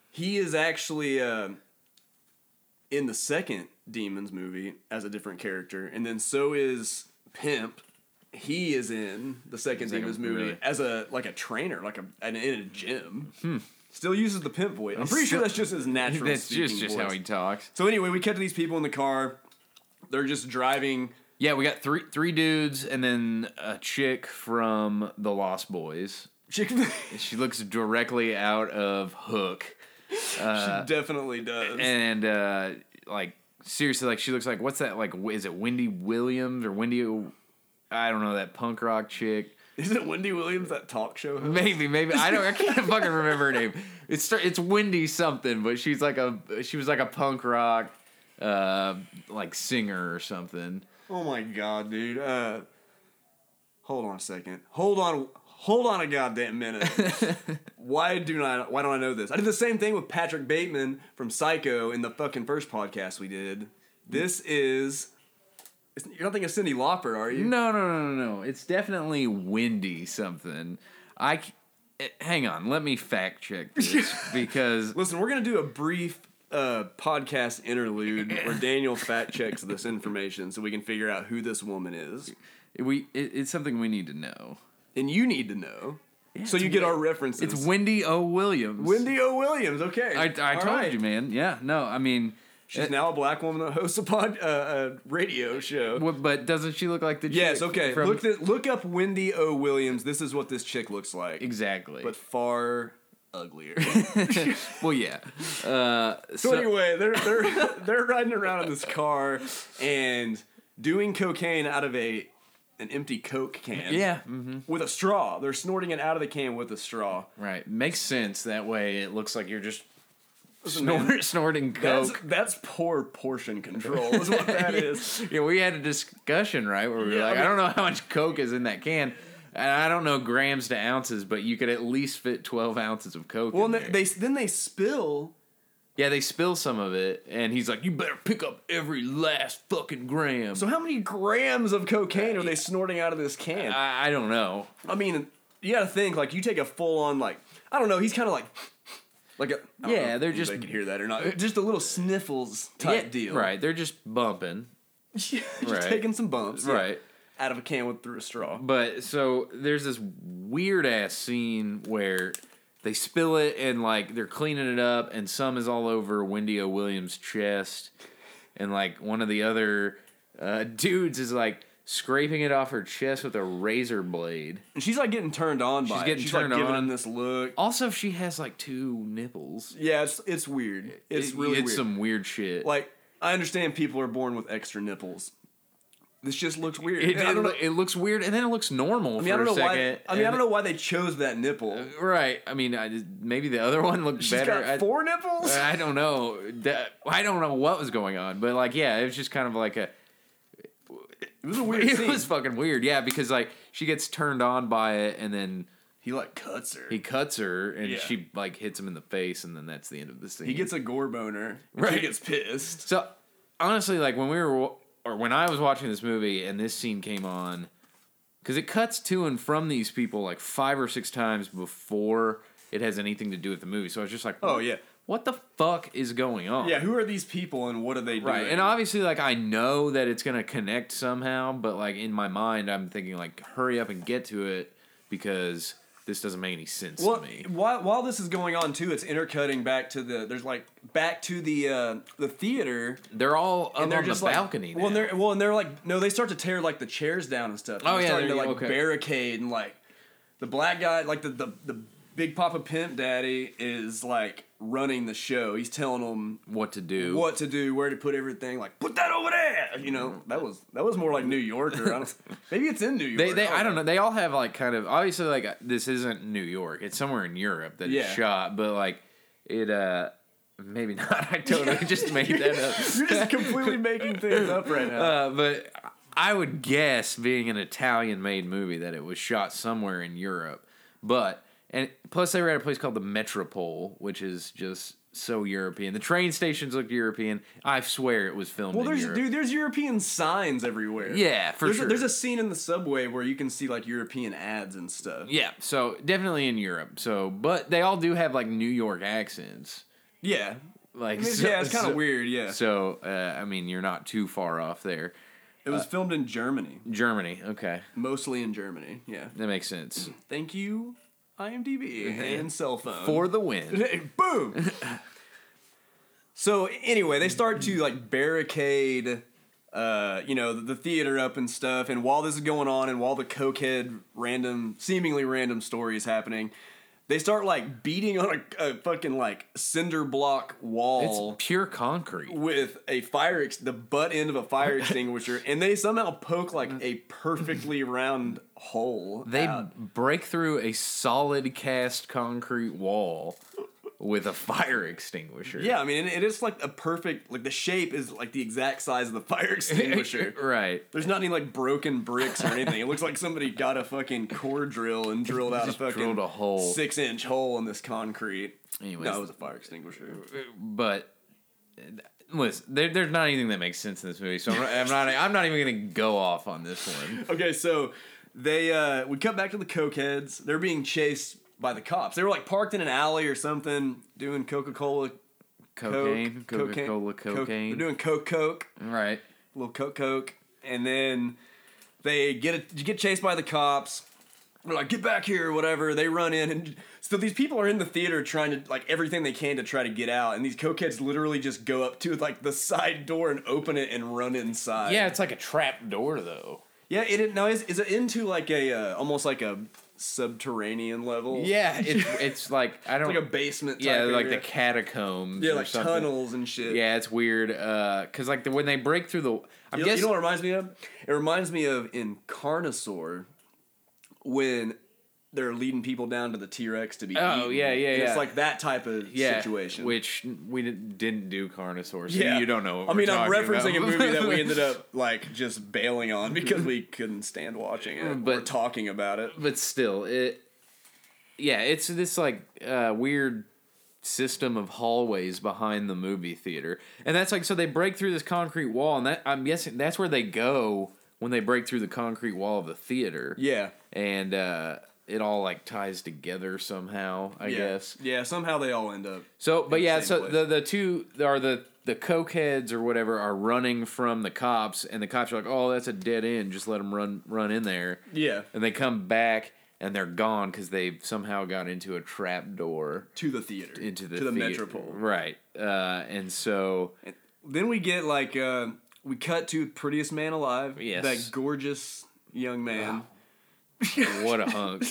he is actually uh, in the second Demons movie as a different character, and then so is Pimp. He is in the second
Second-
Demons movie
really?
as a like a trainer, like a an, in a gym. Still uses the pimp voice. I'm pretty
still-
sure that's just his natural.
That's
speaking
just just
voice.
how he talks.
So anyway, we cut to these people in the car. They're just driving.
Yeah, we got three three dudes and then a chick from the Lost Boys.
Chick
She looks directly out of Hook,
definitely does.
Uh, and uh, like seriously, like she looks like what's that? Like wh- is it Wendy Williams or Wendy? I don't know that punk rock chick.
is it Wendy Williams that talk show? host?
Maybe, maybe I don't. I can't fucking remember her name. It's start- it's Wendy something, but she's like a she was like a punk rock, uh, like singer or something.
Oh my god, dude. Uh, hold on a second. Hold on. Hold on a goddamn minute. why do not? Why don't I know this? I did the same thing with Patrick Bateman from Psycho in the fucking first podcast we did. This is. it's- You're not thinking of Cindy Lauper, are you?
No, no, no, no, no. It's definitely Wendy something. I c- eh, hang on. Let me fact check this because
Listen, we're gonna do a brief uh, podcast interlude where Daniel fact checks this information so we can figure out who this woman is,
we it, it's something we need to know.
and you need to know so
it's
you get
Wen-
our references.
It's Wendy O. Williams.
Wendy O. Williams. Okay,
I, I told
Alright.
you, man. Yeah. No, I mean.
She's
Uh,
now a black woman that hosts a pod, uh, uh, radio show.
wh- But doesn't she look like the chick
Yes, okay.
from-
look this, look up Wendy O. Williams. This is what this chick looks like,
exactly.
but far uglier.
well, yeah.
so
Uh, so,
anyway, they're they're they're riding around in this car and doing cocaine out of a an empty Coke can.
yeah, mhm.
With a straw. They're snorting it out of the can with a straw.
right. Makes sense. That way, it looks like you're just
Listen, man,
snor- snorting
that's,
coke.
that's poor portion control, is what that is.
Yeah, we had a discussion, right? Where we were
Yeah, I
like,
mean-
I, don't know how much coke is in that can. And I don't know grams to ounces, but you could at least fit twelve ounces of coke.
Well,
in
and
there.
they, they then they spill
yeah, they spill some of it, and he's like, "You better pick up every last fucking gram."
So how many grams of cocaine are they snorting out of this can?
I, I don't know.
I mean, you got to think like you take a full on like I don't know. He's kind of like like a, I don't
Yeah,
know if
they're
you
just-
they can hear that or not. Just a little sniffles type
Yeah,
deal,
right? They're just bumping,
just
Right.
taking some bumps, yeah,
right?
out of a can with through a straw.
But so there's this weird ass scene where they spill it and like they're cleaning it up, and some is all over Wendy O. Williams' chest, and like one of the other uh, dudes is like scraping it off her chest with a razor blade.
And she's like getting turned on by
getting
it. She's
turned
like giving
on.
him this look.
Also, she has like two nipples.
Yeah, it's it's weird. It's
It-
really
it's
weird.
some weird shit.
like I understand people are born with extra nipples. This just looks weird.
it,
I
it,
don't know-
loo- it looks weird, and then it looks normal
I
for
mean, I don't
a
know
second.
why. I mean, I
and-
don't know why they chose that nipple.
Right. I mean, I, maybe the other one looked
She's
better.
got
I-
four nipples.
Uh, I don't know. That- I don't know what was going on, but like, yeah, it was just kind of like a.
It was a weird
It
scene.
was fucking weird, yeah, because like she gets turned on by it, and then
he like cuts her.
he
He,
cuts her, and
Yeah.
she like hits him in the face, and then that's the end of the scene.
gets a gore boner. Right.
Right.
She gets pissed.
so honestly, like when we were wa- or when I was watching this movie, and this scene came on, because it cuts to and from these people like five or six times before it has anything to do with the movie. So I was just like,
Oh yeah.
what the fuck is going on?
Yeah. Who are these people and what are they doing?
Right. And obviously, like, I know that it's going to connect somehow, but, like, in my mind, I'm thinking, like, hurry up and get to it because this doesn't make any sense
well,
to me.
while, while this is going on too, it's intercutting back to the there's like back to the uh, the theater
They're all up
and they're
on
just
the
like
balcony.
well and
now.
they're well and they're like no they start to tear like the chairs down and stuff. And
Oh,
they're
yeah,
starting
there
to
you
like
go, okay.
barricade and like the black guy like the the, the Big Papa Pimp Daddy is like running the show. He's telling them
What to do?
what to do, where to put everything. Like put that over there. You know that was that was more like New Yorker. I don't, maybe it's in New York.
Mm-hmm. They, they, I don't know. They all have like kind of obviously like uh, this isn't New York. It's somewhere in Europe that
Yeah.
it's shot, but like it uh maybe not. I totally just made that up.
You're just completely making things up right now.
Uh, but I would guess, being an Italian-made movie, that it was shot somewhere in Europe. But and plus, they were at a place called the Metropole, which is just so European. The train stations looked European. I swear it was filmed.
Well,
in
there's
Europe.
dude, there's European signs everywhere.
Yeah, for
there's
sure.
A, there's a scene in the subway where you can see like European ads and stuff.
Yeah, so definitely in Europe. So, but they all do have like New York accents.
Yeah,
Like,
I mean,
so-
yeah, it's kind of
so-
weird. Yeah,
So, uh, I mean, you're not too far off there.
it
uh,
was filmed in Germany,
Germany, okay,
mostly in Germany. Yeah.
that makes sense.
Thank you, IMDb and cell phone
For the win,
boom. so anyway, they start to like barricade, uh, you know, the, the theater up and stuff. And while this is going on, and while the cokehead random, seemingly random story is happening, they start like beating on a, a fucking like cinder block wall.
it's pure concrete.
with a fire, ex- the butt end of a fire extinguisher, and they somehow poke like a perfectly round hole.
They
out.
break through a solid cast concrete wall with a fire extinguisher.
Yeah, I mean, it is like a perfect, like the shape is like the exact size of the fire extinguisher.
right.
There's not any like broken bricks or anything. It looks like somebody got a fucking core drill and drilled out a
Just
fucking
drilled a hole.
six inch hole in this concrete.
Anyways.
No, it was a fire extinguisher.
But uh, listen, there, there's not anything that makes sense in this movie, so I'm not, I'm not, I'm not even gonna go off on this one.
Okay, so they uh we cut back to the cokeheads. They're being chased by the cops. They were like parked in an alley or something, doing Coca Cola,
Cocaine, Coca Cola,
They're
cocaine.
doing Coke, Coke.
right.
little coke coke, and then they get a, get chased by the cops. They're like, "Get back here!" or whatever. They run in, and so these people are in the theater trying to like everything they can to try to get out, and these cokeheads literally just go up to like the side door and open it and run inside.
Yeah, it's like a trap door though.
yeah. It, it now is is it into like a uh, almost like a subterranean level?
Yeah, it's it's like I don't.
like a basement. Type
yeah, like
area.
the catacombs.
yeah,
or
like
something.
tunnels and shit.
Yeah, it's weird. Uh, cause like the, when they break through the, I'm
You know,
guessing
you know what it reminds me of? It reminds me of in Carnosaur when they're leading people down to the T Rex to be
Oh,
eaten.
yeah, yeah,
And
yeah.
It's like that type of
yeah,
situation.
Which we didn't- didn't do Carnosaur, so you don't know. What
I
we're
mean, I'm
talking
referencing
about.
a movie that we ended up like just bailing on because we couldn't stand watching it or
But-
talking about it.
but still, it. Yeah, it's this like uh, weird system of hallways behind the movie theater, and that's like so they break through this concrete wall, and that I'm guessing that's where they go when they break through the concrete wall of the theater.
Yeah.
and uh, it all like ties together somehow, I
yeah.
guess.
Yeah. Somehow they all end up.
So, but
the
yeah,
same
so
place.
the the two are the the cokeheads or whatever are running from the cops, and the cops are like, "Oh, that's a dead end. Just let them run run in there."
Yeah.
And they come back and they're gone because they somehow got into a trap door
To the theater.
into the
to the
thea-
metropole.
right? Uh, and so
Then we get like uh, we cut to prettiest man alive.
Yes.
That gorgeous young man.
what a hunk!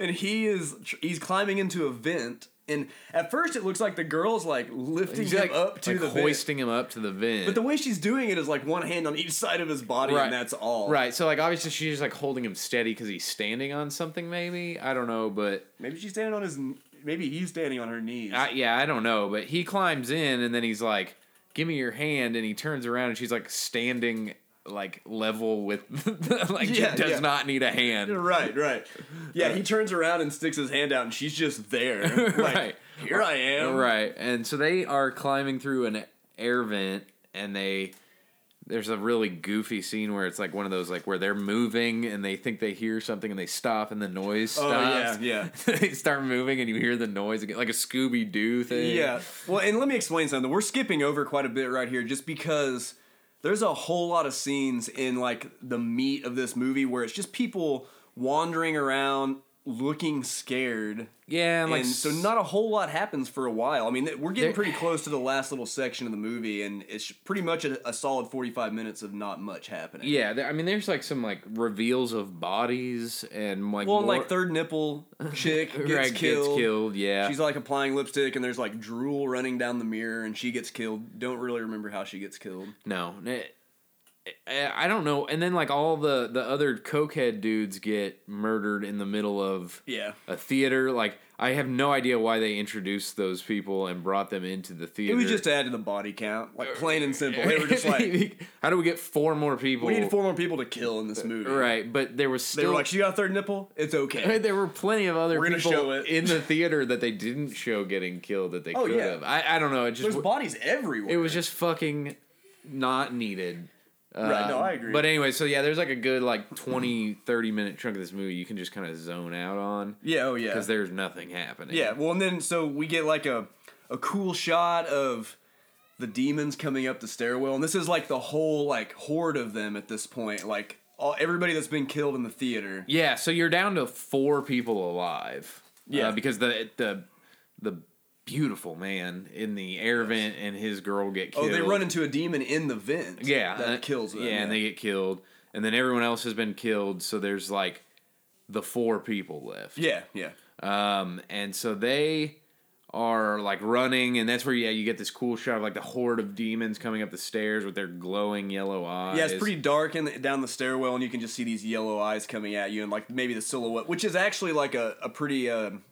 and he is he's climbing into a vent and at first it looks like the girl's like lifting
He's
him
like,
up to
like
the vent
hoisting him up to the vent.
but the way she's doing it is like one hand on each side of his body
Right.
and that's all
Right, so like obviously she's just, like holding him steady because he's standing on something, maybe I don't know, but
maybe she's standing on his kn- maybe he's standing on her knees
I, yeah, I don't know, but he climbs in and then he's like, "Give me your hand," and he turns around and she's like standing like level with, like
Yeah,
she does
yeah.
not need a hand.
right right yeah he turns around and sticks his hand out and she's just there like,
Right.
here i am
Right, and so they are climbing through an air vent, and they there's a really goofy scene where it's like one of those like where they're moving and they think they hear something and they stop and the noise
oh yeah
stops.
yeah
they start moving and you hear the noise again, like a Scooby Doo thing.
Yeah. Well, and let me explain something. We're skipping over quite a bit right here just because there's a whole lot of scenes in like the meat of this movie where it's just people wandering around looking scared.
Yeah, and like
and so not a whole lot happens for a while. I mean, th- we're getting
There-
pretty close to the last little section of the movie, and it's pretty much a, a solid forty-five minutes of not much happening.
Yeah, there, I mean, there's like some like reveals of bodies and like
Well,
more-
like third nipple chick gets,
right,
killed.
Gets killed. Yeah,
She's like applying lipstick, and there's like drool running down the mirror, and she gets killed. Don't really remember how she gets killed.
no, eh, eh, I don't know. And then like all the the other cokehead dudes get murdered in the middle of
Yeah,
a theater. Like I have no idea why they introduced those people and brought them into the theater.
it was just to add to the body count, like plain and simple. They were just like,
how do we get four more people?
we need four more people to kill in this movie.
Right, but there was
They
still
were like, she got a third nipple. It's okay.
there were plenty of other
We're gonna show
people
it.
in the theater that they didn't show getting killed that they
Oh,
could
yeah.
have. I, I don't know. It just
There's
w-
bodies everywhere.
it was just fucking not needed.
Right, no,
Um,
I agree.
But anyway, so yeah, there's like a good like 20, 30 minute chunk of this movie you can just kind of zone out on
yeah, oh yeah.
because there's nothing happening.
Yeah, well, and then so we get like a a cool shot of the demons coming up the stairwell, and this is like the whole like horde of them at this point, like all everybody that's been killed in the theater.
Yeah, so you're down to four people alive.
Yeah.
Uh, because the the the beautiful man in the air vent and his girl get
Oh,
killed.
they run into a demon in the vent.
yeah
that
uh,
kills them.
yeah, and they get killed and then everyone else has been killed so there's like the four people left
yeah, yeah,
um and so they are like running and that's where yeah you get this cool shot of like the horde of demons coming up the stairs with their glowing yellow eyes
yeah. It's pretty dark in the, down the stairwell, and you can just see these yellow eyes coming at you, and like maybe the silhouette, which is actually like a a pretty um,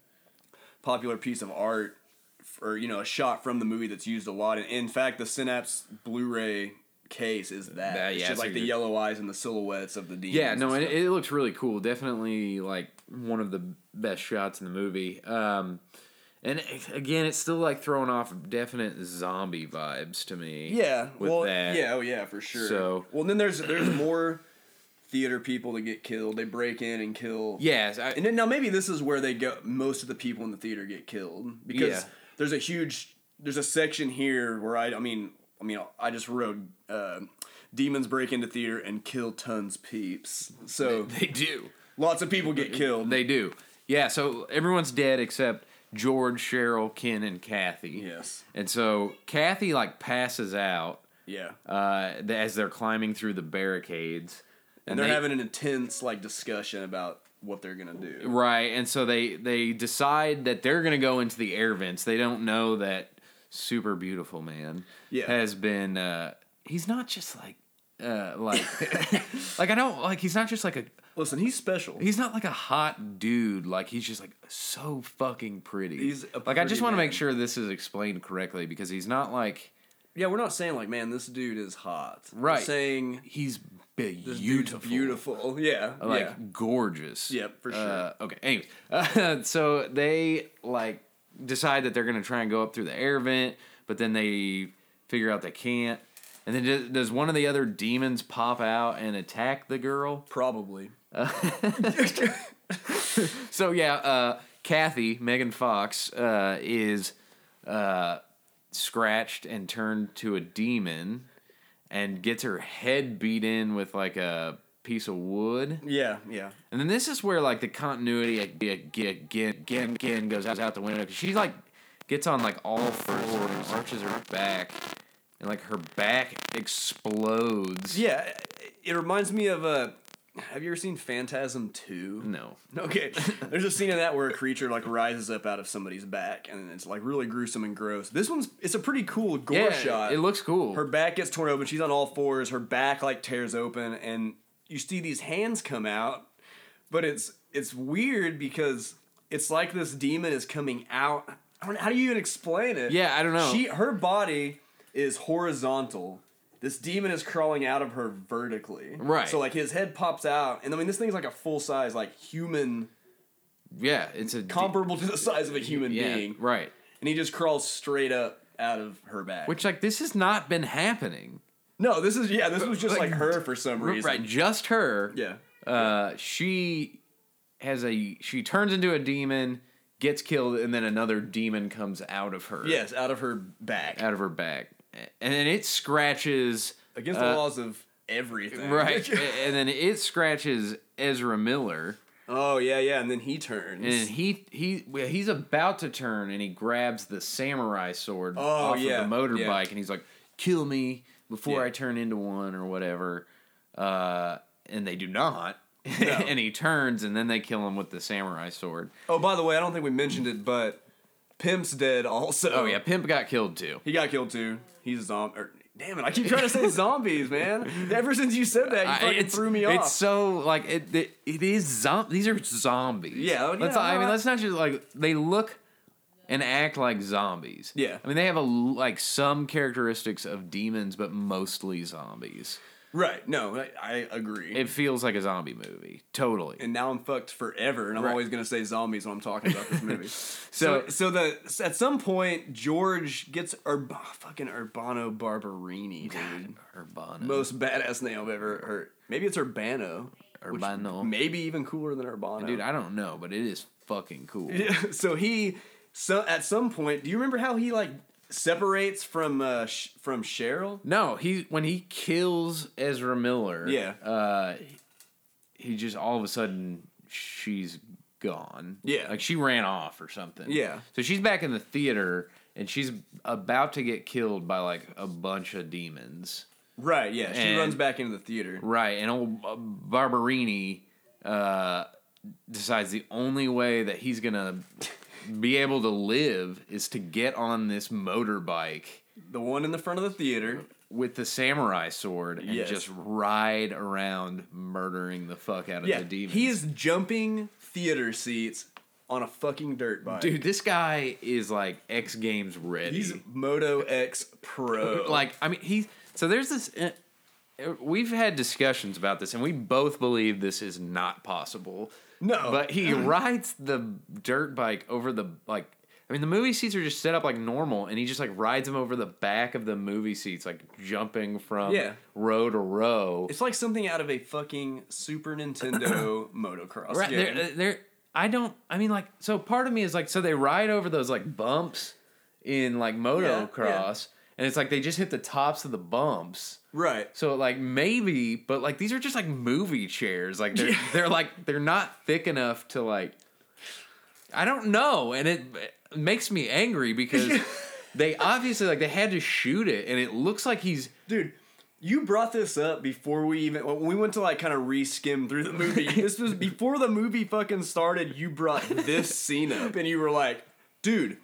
popular piece of art. Or you know, a shot from the movie that's used a lot. And in fact, the Synapse Blu-ray case is that.
That-
it's
yeah,
just
so
like the
you're-
yellow eyes and the silhouettes of the demons.
yeah no
and
it,
stuff.
it looks really cool definitely like one of the best shots in the movie um and again it's still like throwing off definite zombie vibes to me
yeah.
with
well,
that
yeah, oh yeah, for sure.
So-
well, then there's there's more theater people that get killed. They break in and kill.
yes I,
And then now maybe this is where they go. Most of the people in the theater get killed because
Yeah.
there's a huge there's a section here where I I mean I mean I just wrote uh, demons break into theater and kill tons peeps. So
they do
lots of people get killed.
They do. Yeah, so everyone's dead except George, Cheryl, Ken, and Kathy.
yes.
And so Kathy like passes out
Yeah.
uh, th- as they're climbing through the barricades,
and they're
they-
having an intense like discussion about what they're gonna do.
right. And so they they decide that they're gonna go into the air vents. They don't know that super beautiful man
Yeah.
has been. Uh, he's not just like uh, like like I don't like he's not just like a
Listen, he's special.
He's not like a hot dude. Like he's just like so fucking pretty.
He's a
like I just
pretty
want to
man.
make sure this is explained correctly because he's not like
yeah, we're not saying like, man, this dude is hot.
Right.
We're saying
he's
this
beautiful,
beautiful, beautiful. Yeah.
like
yeah.
gorgeous.
Yep, for sure.
Uh, okay. Anyways, uh, so they like decide that they're gonna try and go up through the air vent, but then they figure out they can't. And then does- does one of the other demons pop out and attack the girl?
Probably.
So yeah, uh, Kathy Megan Fox uh, is uh, scratched and turned to a demon, and gets her head beat in with like a piece of wood.
Yeah. Yeah.
And then this is where like the continuity again, again, again, again goes out, out the window. 'cause she like gets on like all fours, arches her back, and like her back explodes.
Yeah, it reminds me of Uh, have you ever seen Phantasm Two?
No.
Okay, there's a scene in that where a creature like rises up out of somebody's back, and it's like really gruesome and gross. This one's it's a pretty cool gore
Yeah,
shot.
it looks cool.
her back gets torn open. She's on all fours. Her back like tears open, and you see these hands come out. But it's it's weird because it's like this demon is coming out. I don't know, how do you even explain it?
Yeah, I don't know.
She her body is horizontal. This demon is crawling out of her vertically.
Right.
So like his head pops out, and I mean this thing's like a full size like human,
yeah, it's a de-
comparable to the size of a human
yeah,
being,
right.
and he just crawls straight up out of her back.
Which like this has not been happening.
no, this is yeah, this was just like, her for some reason.
Right, just her.
Yeah.
Uh, she has a she turns into a demon, gets killed, and then another demon comes out of her.
Yes, out of her back.
out of her back, and then it
Uh,
scratches
Against the laws of everything.
right, and then it scratches Ezra Miller,
Oh yeah, yeah, and then he turns.
And he he well, he's about to turn, and he grabs the samurai sword
Oh,
off
yeah,
of the motorbike,
yeah.
and he's like, "Kill me before
Yeah.
I turn into one or whatever." Uh, and they do not, and he turns, and then they kill him with the samurai sword.
oh, by the way, I don't think we mentioned it, but Pimp's dead also.
Oh yeah, Pimp got killed too.
he got killed too. He's a zombie. Damn it! I keep trying to say zombies, man. Ever since you said that, you
I-
fucking threw me off.
It's so like it. It, it is zom- These are zombies.
Yeah, oh,
Let's
yeah,
not- I
no,
mean,
I-
let's not just like they look and act like zombies.
Yeah.
I mean, they have a l- like some characteristics of demons, but mostly zombies.
right? No, I, I agree.
It feels like a zombie movie. Totally.
and now I'm fucked forever, and I'm
Right.
always gonna say zombies when I'm talking about this movie. so,
So-
so, the at some point George gets Urb- fucking Urbano Barberini, dude.
Urbano.
Most badass name I've ever heard. Maybe it's Urbano. which
Urbano.
Maybe even cooler than Urbano.
Dude, I don't know, but it is fucking cool.
Yeah, so he so at some point, do you remember how he like separates from uh sh- from Cheryl?
No, he when he kills Ezra Miller.
Yeah.
Uh, he just all of a sudden she's gone.
Yeah.
like she ran off or something.
Yeah.
So she's back in the theater and she's about to get killed by like a bunch of demons.
Right, yeah. She
And-
runs back into the theater.
Right, and old uh, Barberini uh, decides the only way that he's gonna be able to live is to get on this motorbike.
The one in the front of the theater.
with the samurai sword and
Yes.
just ride around murdering the fuck out of
Yeah.
the demons.
He's jumping theater seats on a fucking dirt bike.
dude, this guy is like X Games ready.
He's Moto X Pro.
like, I mean, he's so there's this. uh, uh, We've had discussions about this, and we both believe this is not possible.
No.
but he rides the dirt bike over the like. I mean, the movie seats are just set up like normal, and he just like rides them over the back of the movie seats, like jumping from
Yeah.
row to row.
it's like something out of a fucking Super Nintendo motocross
Right. uh,
game.
They're, they're, I don't, I mean, like, so part of me is like, so they ride over those, like, bumps in, like, motocross, and it's like they just hit the tops of the bumps.
right.
So, like, maybe, but, like, these are just, like, movie chairs. Like, they're, they're like, they're not thick enough to, like, I don't know. And it, it makes me angry because they obviously, like, they had to shoot it, and it looks like he's,
Dude, you brought this up before we even when we went to like kind of re-skim through the movie. this was before the movie fucking started. You brought this scene up, and you were like, "Dude,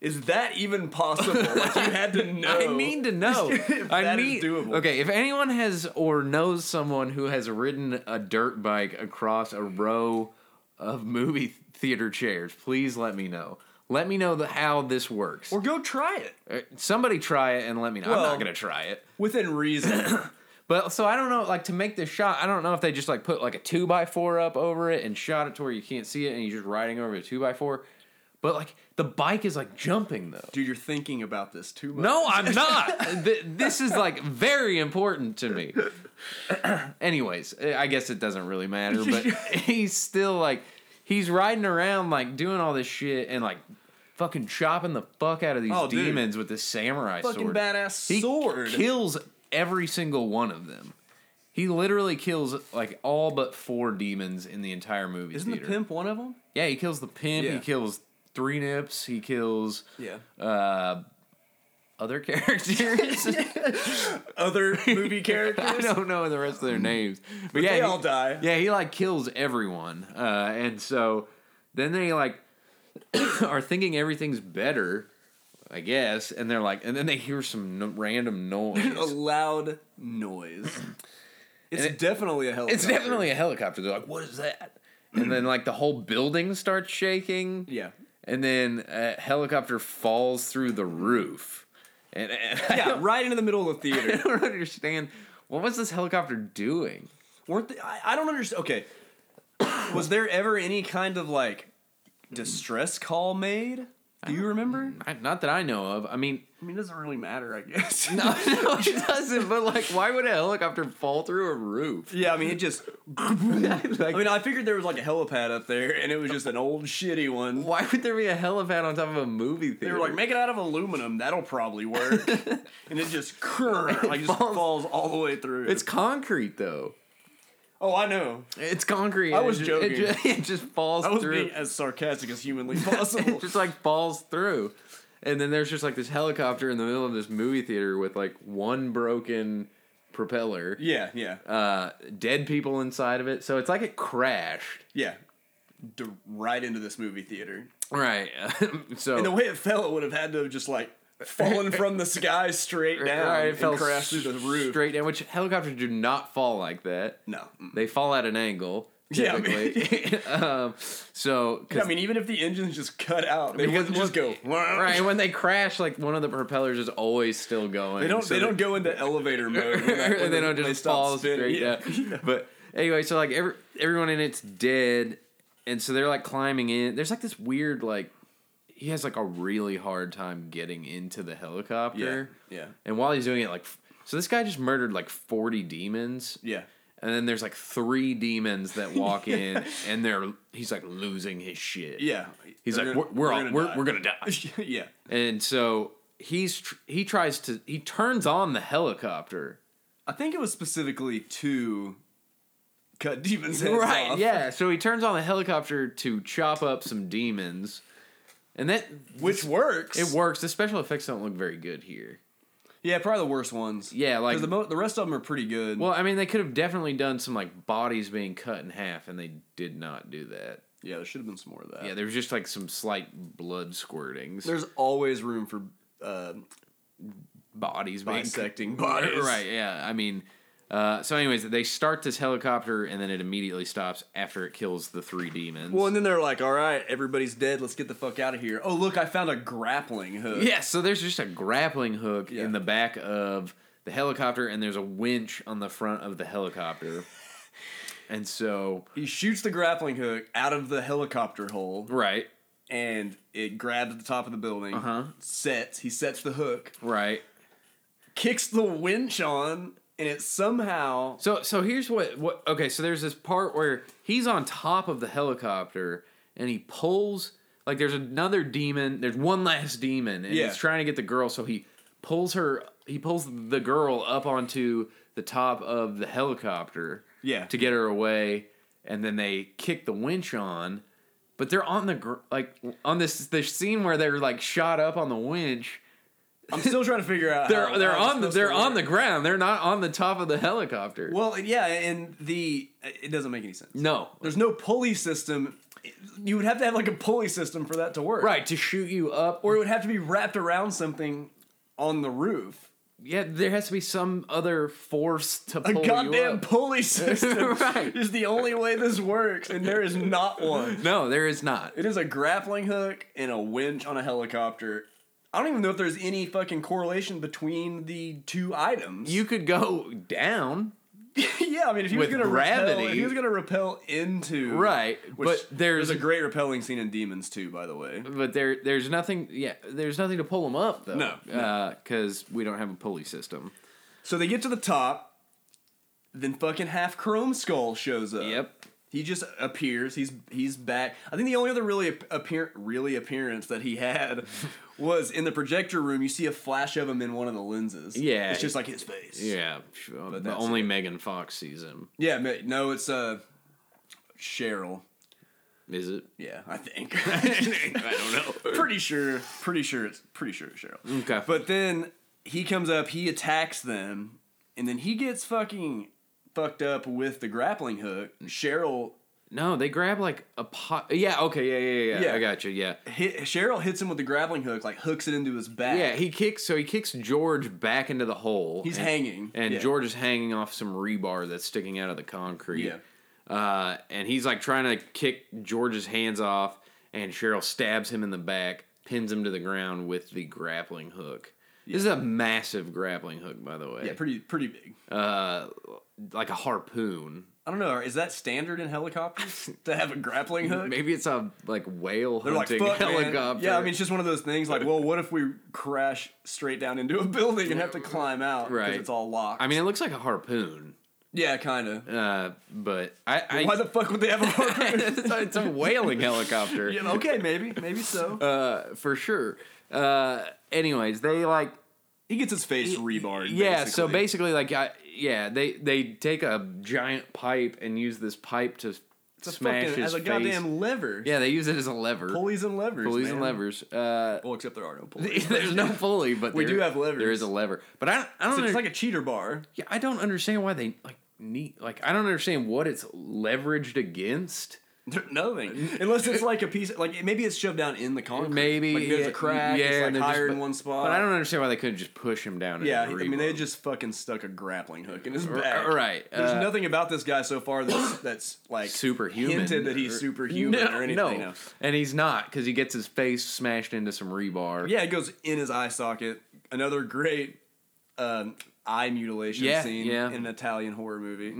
is that even possible?" Like you had to know.
I need to know.
If
I
that is
need
doable.
Okay, if anyone has or knows someone who has ridden a dirt bike across a row of movie theater chairs, please let me know. Let me know the, how this works.
or go try it
Uh, Somebody try it and let me know. I'm
Well-
not gonna try it.
within reason.
But so I don't know, like to make this shot, I don't know if they just like put like a two by four up over it and shot it to where you can't see it and you're just riding over a two by four. But like the bike is like jumping though.
Dude, you're thinking about this too much.
No, I'm not. Th- this is like very important to me. Anyways, eh, I guess it doesn't really matter, but he's still like he's riding around like doing all this shit and like fucking chopping the fuck out of these
Oh, dude.
demons with this samurai
fucking
sword.
badass
He
sword.
kills every single one of them. He literally kills like all but four demons in the entire movie
Isn't
theater.
the pimp one of them?
Yeah, he kills the pimp. He
Yeah.
kills three nips. He kills
Yeah.
uh, other characters.
Other movie
I
characters.
don't know the rest of their names, but, yeah,
they
he-
all die.
Yeah, he like kills everyone, uh, and so then they like are thinking everything's better, I guess, and they're like, and then they hear some no- random
A
noise.
loud noise. It's
it-
definitely a helicopter.
it's definitely a helicopter. They're like, what is that? And then like the whole building starts shaking.
yeah.
and then a helicopter falls through the roof. And, and I,
Yeah,
don't,
right into the middle of the
I
theater.
don't understand what was this helicopter doing?
Weren't they, I, I don't understand. Okay, was there ever any kind of like distress call made? Do you remember?
I, not that I know of. I mean,
I mean, it doesn't really matter, I guess.
no, no, it doesn't. But like, why would a helicopter fall through a roof?
Yeah, I mean, it just.
Like,
I mean, I figured there was like a helipad up there, and it was just an old shitty one.
why would there be a helipad on top of a movie
They
theater?
were like, make it out of aluminum. That'll probably work. and it just, krrr, like, just
falls-
falls, all the way through.
it's concrete though.
Oh, I know.
It's concrete.
I
and it
was
ju-
joking.
It, ju- it just falls
I was
through.
being as sarcastic as humanly
it
possible.
just like falls through. And then there's just like this helicopter in the middle of this movie theater with like one broken propeller,
yeah, yeah,
uh, dead people inside of it. So it's like it crashed.
yeah. D- right into this movie theater.
Right. so
And the
Oh.
way it fell, it would have had to have just like fallen from the sky straight down
Right,
and crashed through the roof.
straight down. Which helicopters do not fall like that.
No. mm.
They fall at an angle.
Yeah, I mean-
Typically. um, so 'cause-
I mean, even if the engine's just cut out, they
Because
wouldn't just go.
right when they crash, like one of the propellers is always still going.
They don't.
so
they don't go into elevator mode. when that- when
they don't
they
just
stop
fall
spinning.
straight
Yeah.
down. But anyway, so like every everyone in it's dead, and so they're like climbing in. There's like this weird like he has like a really hard time getting into the helicopter.
Yeah, yeah.
And while he's doing it, like f- so this guy just murdered like 40 demons.
Yeah.
And then there's like three demons that walk in, and they're he's like losing his shit.
Yeah.
He's
They're
like,
gonna-
we're, we're, all, we're,
die."
we're gonna die.
yeah.
And so he's tr- he tries to he turns on the helicopter.
I think it was specifically to cut demons' heads off.
Yeah. So he turns on the helicopter to chop up some demons, and that
Which works.
it works. The special effects don't look very good here.
Yeah, probably the worst ones.
Yeah, like-
'Cause the mo- the rest of them are pretty good.
Well, I mean, they could have definitely done some like bodies being cut in half, and they did not do that.
yeah, there should have been some more of that.
Yeah, there was just like some slight blood squirtings.
There's always room for uh,
bodies being cut.
bisecting bodies.
Uh, Right. Yeah. I mean. Uh, so, anyways, they start this helicopter, and then it immediately stops after it kills the three demons.
Well, and then they're like, "All right, everybody's dead. Let's get the fuck out of here." Oh, look, I found a grappling hook.
Yeah, so there's just a grappling hook
Yeah.
in the back of the helicopter, and there's a winch on the front of the helicopter. and so,
He shoots the grappling hook out of the helicopter hole,
right,
and it grabs at the top of the building.
Uh-huh.
Sets. He sets the hook,
right.
kicks the winch on, and it somehow.
So, so here's what what okay. So there's this part where he's on top of the helicopter, and he pulls like there's another demon. There's one last demon, and
Yeah.
it's trying to get the girl. So he pulls her. He pulls the girl up onto the top of the helicopter.
Yeah.
to get her away, and then they kick the winch on. But they're on the gr- like on this this scene where they're like shot up on the winch. Oh,
I'm still trying to figure out.
They're
how-
they're
how it's
on the
supposed
they're
to
on the
work.
ground. They're not on the top of the helicopter.
Well, yeah, and the it doesn't make any sense.
no,
There's no pulley system. You would have to have like a pulley system for that to work,
right to shoot you up or
Or it would have to be wrapped around something on the roof.
yeah, there has to be some other force to
A
pull you
goddamn
up.
pulley system
Right.
is the only way this works, and there is not one.
no, there is not.
It is a grappling hook and a winch on a helicopter. I don't even know if there's any fucking correlation between the two items.
You could go down,
yeah, I mean, if he was
With
gonna gravity,
gravity-
if he was gonna repel into
right?
which
but
there's
there's
a great repelling scene in Demons too, by the way.
but there there's nothing. Yeah, there's nothing to pull them up though.
No, no.
because we don't have a pulley system.
So they get to the top, then fucking half Chrome Skull shows up.
Yep.
He just appears. He's he's back. I think the only other really ap- appear really appearance that he had was in the projector room. You see a flash of him in one of the lenses.
Yeah.
it's just like his face.
Yeah, sh- uh, but
that's
only Megan Fox sees him.
yeah. ma- No, it's uh, Cheryl.
Is it?
Yeah, I think.
I don't know.
pretty sure. Pretty sure. It's pretty sure it's Cheryl.
Okay, but
But then he comes up, he attacks them, and then he gets fucking fucked up with the grappling hook.
Mm.
Cheryl
no, they grab like a pot. Yeah, okay, yeah, yeah, yeah.
Yeah.
I got you. Yeah,
hit, Cheryl hits him with the grappling hook, like hooks it into his back.
yeah. He kicks. So he kicks George back into the hole.
he's
and,
hanging.
and
Yeah.
George is hanging off some rebar that's sticking out of the concrete.
Yeah.
Uh, and he's like trying to kick George's hands off, and Cheryl stabs him in the back, pins him to the ground with the grappling hook. This is a massive grappling hook, by the way.
yeah, pretty pretty big.
uh, like a harpoon.
I don't know. Is that standard in helicopters to have a grappling hook?
Maybe it's a like whale
They're like
hunting
fuck, man."
helicopter.
Yeah, I mean it's just one of those things. Like, well, what if we crash straight down into a building and have to climb out because
Right.
it's all locked?
I mean, it looks like a harpoon,
yeah, kind of.
uh, but I, I
Why the fuck would they have a harpoon?
it's, a, it's a whaling helicopter
Yeah, okay, maybe, maybe so.
uh, for sure. Uh, anyways, they like
he gets his face rebarred.
yeah. So basically, like I, yeah, they they take a giant pipe and use this pipe to
It's a
smash
fucking, as
his
a
face.
goddamn lever.
yeah, they use it as a lever.
Pulleys and levers.
pulleys
man.
and levers. Uh,
Well, except there are no pulleys.
there's no pulley, but
We
there-
do have levers.
There is a lever, but I don't. I don't.
it's
under-
like a cheater bar.
yeah, I don't understand why they like need. Like I don't understand what it's leveraged against.
Nothing. Unless it's like a piece, like maybe it's shoved down in the concrete.
Maybe
like there's
yeah,
a crack.
Yeah,
it's
and
like
they're
higher
just-
in one spot.
But I don't understand why they couldn't just push him down.
Yeah,
and
I mean they
reload.
just fucking stuck a grappling hook in his
R-
back.
right,
There's
uh,
nothing about this guy so far that's that's like
superhuman.
hinted that
or-
he's superhuman
No,
or anything.
No.
no.
and he's not because he gets his face smashed into some rebar.
Yeah, it goes in his eye socket. Another great um, eye mutilation
Yeah,
scene
yeah.
in an Italian horror movie.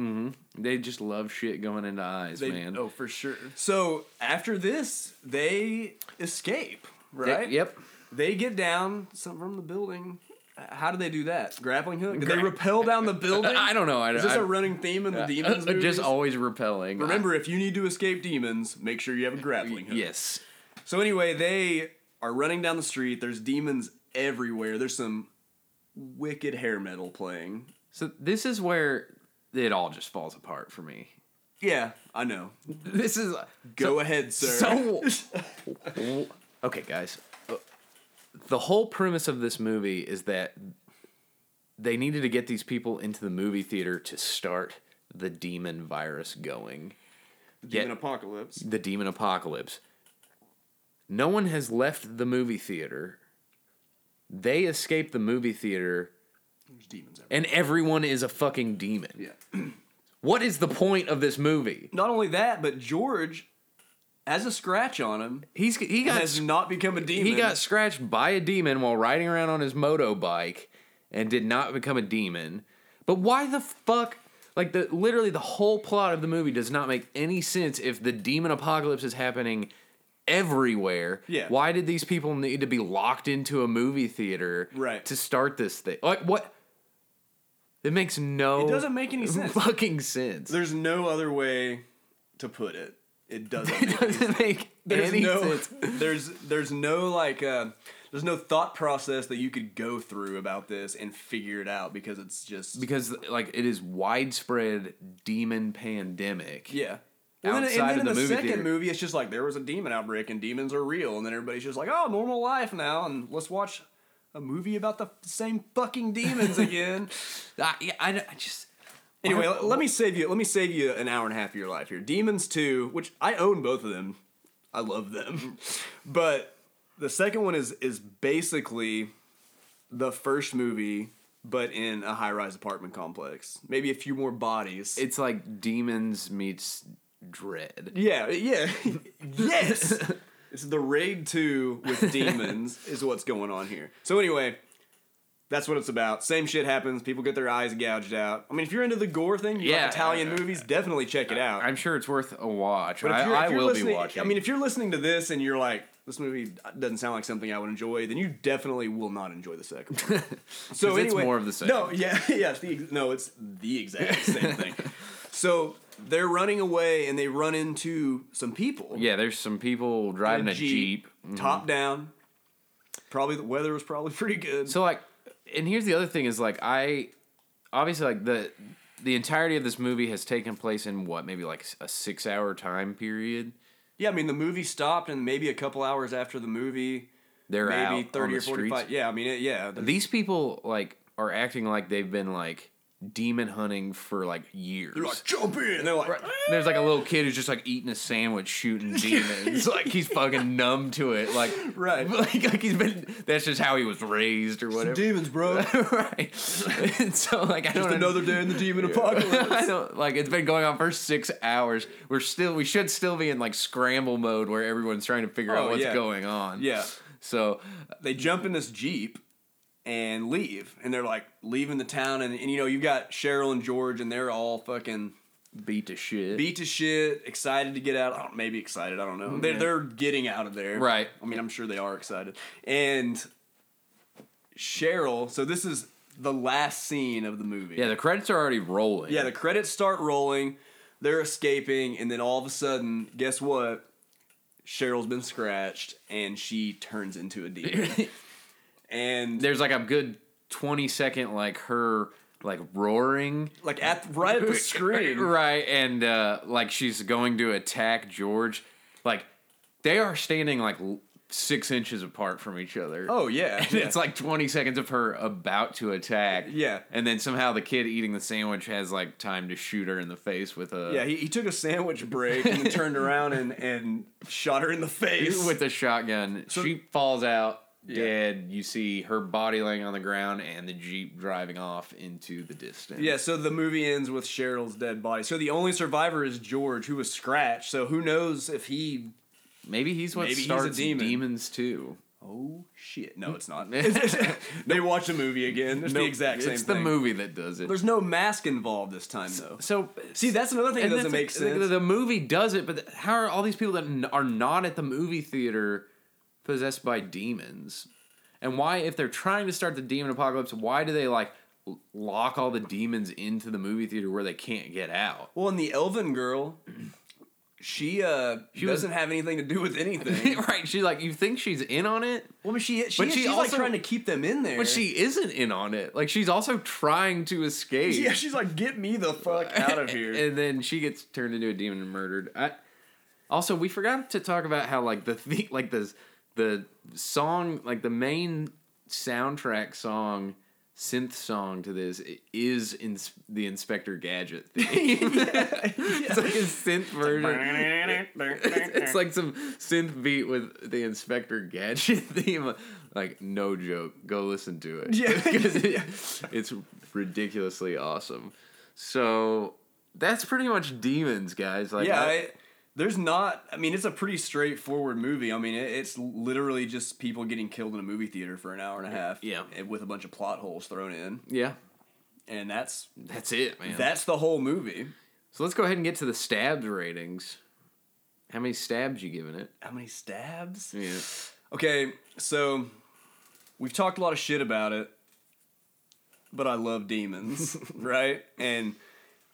They just love shit going into eyes,
They-
man.
Oh, for sure. So after this, they escape. Right.
They- yep.
They get down some from the building. Uh, How do they do that? Grappling hook? Did they
Gra-
rappel down the building?
I don't know. I,
Is this
I,
a running theme in the demons? Movies?
Just always repelling.
Remember, if you need to escape demons, make sure you have a grappling hook.
Yes.
So anyway, they are running down the street. There's demons everywhere. There's some wicked hair metal playing.
So this is where it all just falls apart for me.
Yeah, I know.
This is
Go ahead, sir.
So, okay, guys, Uh, the whole premise of this movie is that they needed to get these people into the movie theater to start the demon virus going,
demon
yeah.
apocalypse.
the demon apocalypse. No one has left the movie theater. They escape the movie theater,
There's demons everywhere.
and everyone is a fucking demon.
Yeah.
What is the point of this movie?
Not only that, but George has a scratch on him.
He's he got
Has not become a demon.
He got scratched by a demon while riding around on his moto bike and did not become a demon. But why the fuck? Like the literally the whole plot of the movie does not make any sense if the demon apocalypse is happening everywhere.
Yeah.
Why did these people need to be locked into a movie theater
Right.
to start this thing? Like what? It makes no
It doesn't make any sense.
fucking sense.
There's no other way to put it. It doesn't. Make
It
any
doesn't make
there's
any
no
sense.
there's there's no like uh, there's no thought process that you could go through about this and figure it out because it's just
because like it is widespread demon pandemic.
yeah. Well, then, and
Outside
then
of
in the,
the movie
second
theater.
movie, it's just like there was a demon outbreak and demons are real, and then everybody's just like, oh, normal life now, and let's watch a movie about the f- same fucking demons again.
I, yeah, I, don't- I just
Anyway, let, let me save you. Let me save you an hour and a half of your life here. Demons Two, which I own both of them. I love them, but the second one is is basically the first movie, but in a high rise apartment complex. Maybe a few more bodies.
it's like demons meets dread.
yeah, yeah, yes. it's the raid two with demons is what's going on here. So anyway. That's what it's about. Same shit happens. People get their eyes gouged out. I mean, if you're into the gore thing, you
Yeah.
like Italian movies, definitely check it out.
I'm sure it's worth a watch.
But if
I,
you're,
I
if you're
will be
listening-
watching.
I mean, if you're listening to this and you're like, this movie doesn't sound like something I would enjoy, then you definitely will not enjoy the second one. so
'Cause
anyway,
it's more of the same.
No, yeah, yeah, it's the, ex- no, it's the exact same thing. So they're running away and they run into some people.
yeah, there's some people
In
driving a jeep. Mm-hmm.
top down. Probably the weather was probably pretty good.
So like, and here's the other thing is like I obviously like the the entirety of this movie has taken place in what maybe like a six hour time period.
yeah, I mean the movie stopped and maybe a couple hours after the movie,
They're out
maybe
on
thirty
the
or forty
streets.
five. Yeah, I mean it, yeah,
These people like are acting like they've been like demon hunting for like years.
they're like jump in. They're like.
There's like a little kid who's just like eating a sandwich, shooting demons. like he's fucking numb to it. Like
Right.
like, like he's been. That's just how he was raised or whatever.
Demons, bro.
right. And so like I
Just
don't
another day in the demon apocalypse.
I don't like it's been going on for six hours. We're still we should still be in like scramble mode where everyone's trying to figure
Oh,
out what's
yeah.
going on.
Yeah.
So
They jump in this jeep and leave, and they're like leaving the town, and, and you know you got Cheryl and George, and they're all fucking
beat to shit.
beat to shit, excited to get out. I don't, maybe excited, I don't know. They're they're getting out of there,
Right.
I mean, I'm sure they are excited. And Cheryl, so this is the last scene of the movie.
yeah, the credits are already rolling.
Yeah, the credits start rolling, they're escaping, and then all of a sudden, guess what? Cheryl's been scratched, and she turns into a demon. and
there's like a good 20 second like her like roaring
Like at right at the screen.
right and uh like she's going to attack george like they are standing like l- six inches apart from each other
Oh yeah.
And
yeah.
it's like 20 seconds of her about to attack
Yeah.
and then somehow the kid eating the sandwich has like time to shoot her in the face with a
yeah, he, he took a sandwich break and then turned around and, and shot her in the face.
with a shotgun she falls out dead you see her body laying on the ground and the jeep driving off into the distance
yeah, so the movie ends with Cheryl's dead body. So the only survivor is George, who was scratched. So who knows if he
maybe he's what
Maybe he's a
starts
demon.
demons too
Oh shit! No, it's not. they watch the movie again. It's the
Nope,
exact same
it's
thing.
the movie that does it
There's no mask involved this time, though.
so
See, that's another thing that doesn't make
that's-
sense.
The, the movie does it, but th- how are all these people that n- are not at the movie theater possessed by demons? And why, if they're trying to start the demon apocalypse, why do they like l- lock all the demons into the movie theater where they can't get out?
well, and the Elven girl, she uh
She was-
doesn't have anything to do with anything. well,
right? She like you think she's in on it,
I mean, she, she
But
is-
she
she's like
also-
trying to keep them in there.
but she isn't in on it. Like she's also trying to escape.
yeah, she's like, get me the fuck out of here.
and then she gets turned into a demon and murdered. I, also, we forgot to talk about how like the, the like the the song like the main soundtrack song synth song to this is in the Inspector Gadget theme. It's like a synth version. It's like some synth beat with the Inspector Gadget theme. Like no joke, go listen to it.
Yeah.
'Cause it- it's ridiculously awesome. So that's pretty much demons, guys. Like
yeah,
I-
I, there's not. I mean, it's a pretty straightforward movie. I mean, it, it's literally just people getting killed in a movie theater for an hour and a half.
Yeah.
and with a bunch of plot holes thrown in,
yeah,
and that's
that's it, man.
that's the whole movie.
so let's go ahead and get to the stabs ratings. How many stabs you giving it?
How many stabs?
Yeah.
Okay, so we've talked a lot of shit about it, but I love demons, right? And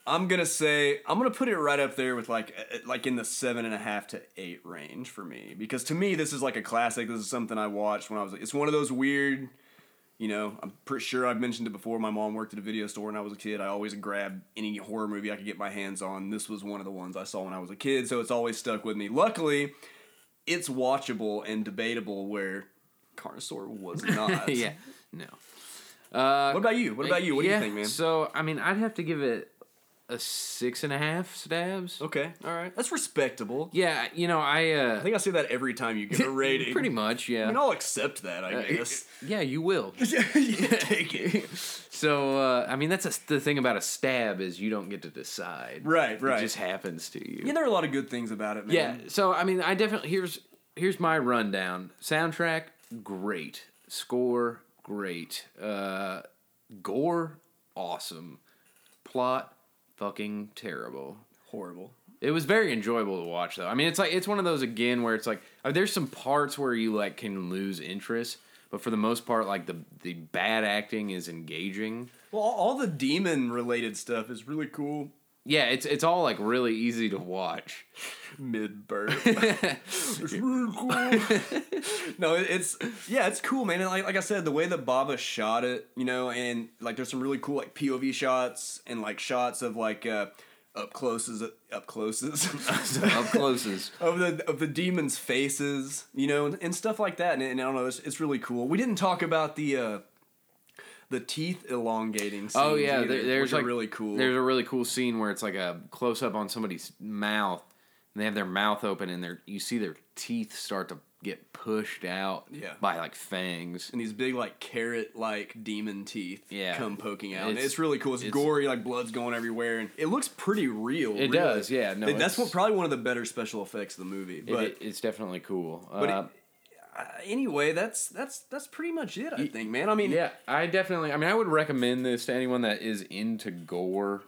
I'm gonna say I'm gonna put it right up there with like uh, like in the seven and a half to eight range for me because to me this is like a classic. This is something I watched when I was. It's one of those weird. You know, I'm pretty sure I've mentioned it before. My mom worked at a video store when I was a kid. I always grabbed any horror movie I could get my hands on. This was one of the ones I saw when I was a kid, so it's always stuck with me. Luckily, it's watchable and debatable where Carnosaur was not.
yeah. No. Uh,
What about you? What about you? What do you think, man?
So I mean, I'd have to give it a six and a half stabs.
okay, all right. That's respectable.
Yeah, you know, I uh,
I think I say that every time you give a rating.
pretty much. Yeah.
I mean, I'll accept that, I guess.
yeah, you will.
Take it.
So uh, I mean, that's a, the thing about a stab is you don't get to decide.
Right, right.
It just happens to you.
Yeah, there are a lot of good things about it, man.
Yeah. So I mean, I definitely here's here's my rundown. Soundtrack, great. Score, great. Uh, gore, awesome. Plot, fucking terrible.
Horrible.
It was very enjoyable to watch, though. I mean, it's like it's one of those again where it's like uh, there's some parts where you like can lose interest, but for the most part, like the the bad acting is engaging.
Well, all- all the demon related stuff is really cool.
Yeah, it's it's all like really easy to watch.
Mid birth. it's really cool. no, it- it's yeah, it's cool, man. And like, like I said, the way that Baba shot it, you know, and like there's some really cool like POV shots and like shots of like uh, up closes, up closes,
Up closes.
of the of the demons' faces, you know, and, and stuff like that. And, and I don't know, it's, it's really cool. We didn't talk about the uh, the teeth elongating. Scenes
Oh yeah,
either,
there,
which
there's
are
like
really cool.
There's a really cool scene where it's like a close up on somebody's mouth, and they have their mouth open, and their you see their teeth start to get pushed out
Yeah.
by like fangs.
and these big like carrot like demon teeth
Yeah.
come poking out. It's,
It's-
it's really cool. It's,
it's-
gory, like blood's going everywhere, and it looks pretty real.
It does, yeah. No,
that's
it's-
what probably one of the better special effects of the movie.
It-
But
it- it's definitely cool.
but
Uh,
it, uh, anyway, that's that's that's pretty much it. I think, man. I mean,
yeah, I definitely. I mean, I would recommend this to anyone that is into gore.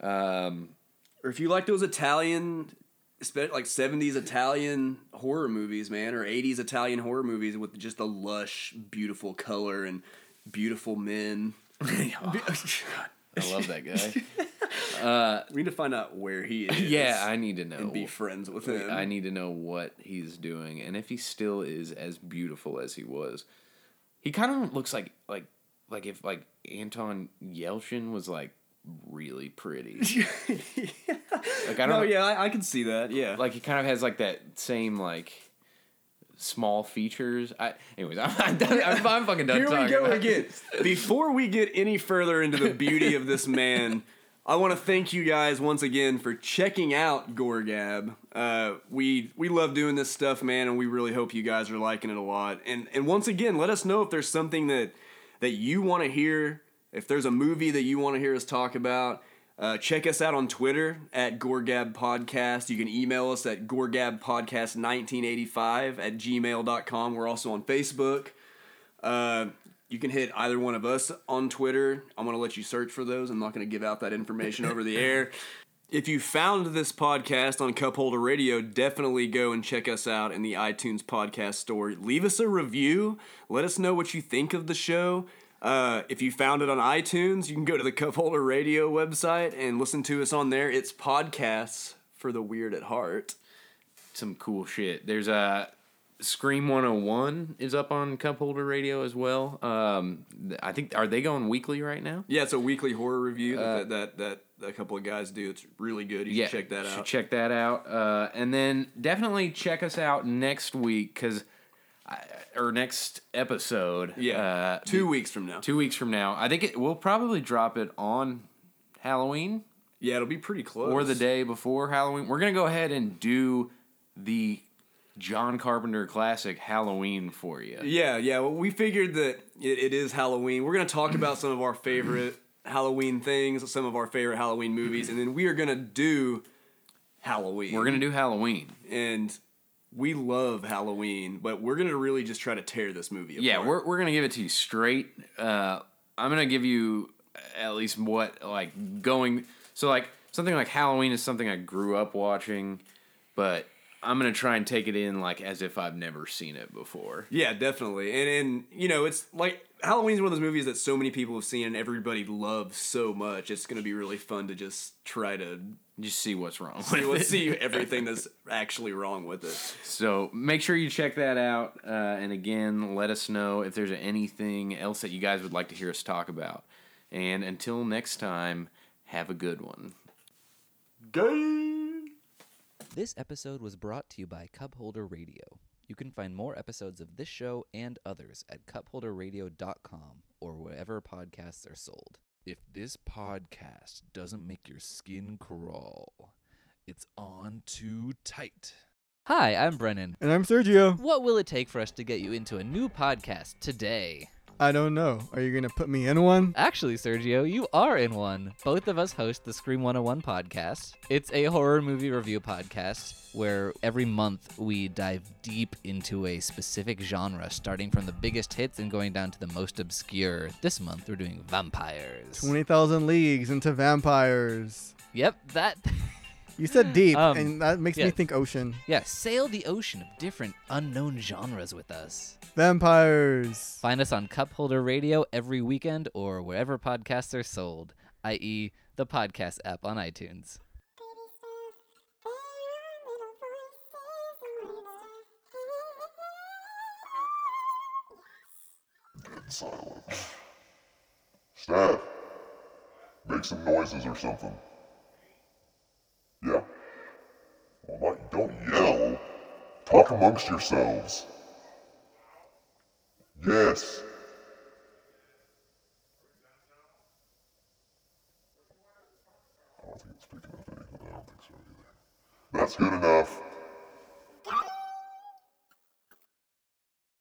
Um,
or if you like those Italian, spe- like seventies Italian horror movies, man, or eighties Italian horror movies with just the lush, beautiful color and beautiful men.
I love that guy.
We need to find out where he is.
yeah, I need to know.
and be friends with him.
I need to know what he's doing and if he still is as beautiful as he was. He kind of looks like like like if like Anton Yelchin was like really pretty. Like I don't
No,
know,
Oh, yeah, I, I can see that. Yeah.
like he kind of has like that same like small features. I anyways, I'm, I'm done. I'm, I'm fucking done
Here
talking.
we go
about
again.
this.
Before we get any further into the beauty of this man, I want to thank you guys once again for checking out Gorgab. Uh, we we love doing this stuff, man, and we really hope you guys are liking it a lot. And and once again, let us know if there's something that that you want to hear. If there's a movie that you want to hear us talk about. Uh, check us out on Twitter at Gorgab Podcast. You can email us at gorgabpodcast1985 at gmail.com. We're also on Facebook. Uh, you can hit either one of us on Twitter. I'm going to let you search for those. I'm not going to give out that information over the air. If you found this podcast on Cupholder Radio, definitely go and check us out in the iTunes podcast store. Leave us a review. Let us know what you think of the show. Uh, if you found it on iTunes, you can go to the Cupholder Radio website and listen to us on there. It's podcasts for the weird at heart.
some cool shit. There's a Scream 101 is up on Cupholder Radio as well. Um, th- I think are they going weekly right now?
Yeah, it's a weekly horror review that, that, that, that a couple of guys do. It's really good. You
Uh, yeah,
should check that
should
out.
Check that out, uh, and then definitely check us out next week because, or next episode.
Yeah,
uh,
two weeks from now.
two weeks from now. I think it, we'll probably drop it on Halloween
Yeah, it'll be pretty close.
or the day before Halloween. We're gonna go ahead and do the John Carpenter classic Halloween for you.
Yeah, yeah. Well, we figured that it, it is Halloween. We're gonna talk about some of our favorite Halloween things, some of our favorite Halloween movies, and then we are gonna do Halloween.
We're gonna do Halloween.
and we love Halloween, but we're gonna really just try to tear this movie apart.
Yeah, we're, we're gonna give it to you straight. Uh, I'm gonna give you at least what like going so like something like Halloween is something I grew up watching, but I'm gonna try and take it in like as if I've never seen it before.
yeah, definitely. And and you know, it's like Halloween's one of those movies that so many people have seen and everybody loves so much. It's gonna be really fun to just try to
Just see what's wrong.
see,
with it.
see everything that's actually wrong with it.
So make sure you check that out. Uh, and again, let us know if there's anything else that you guys would like to hear us talk about. And until next time, have a good one.
This episode was brought to you by Cupholder Radio. You can find more episodes of this show and others at cupholderradio.com or wherever podcasts are sold.
If this podcast doesn't make your skin crawl, it's on too tight.
Hi, I'm Brennan.
And I'm Sergio.
What will it take for us to get you into a new podcast today?
I don't know. Are you going to put me in one?
Actually, Sergio, you are in one. Both of us host the Scream 101 podcast. It's a horror movie review podcast where every month we dive deep into a specific genre, starting from the biggest hits and going down to the most obscure. This month we're doing vampires.
20,000 Leagues into Vampires.
Yep, that.
You said deep,
Um,
and that makes
yeah.
me think ocean.
yeah, sail the ocean of different unknown genres with us.
Vampires.
Find us on Cupholder Radio every weekend or wherever podcasts are sold, i.e., the podcast app on iTunes.
Baby stuff, their little voices wanna.
silence. Staff, make some noises or something. Yeah. Well, not, don't yell. Talk amongst yourselves. Yes. I don't think it's picking up anything. I don't think so either. That's good enough.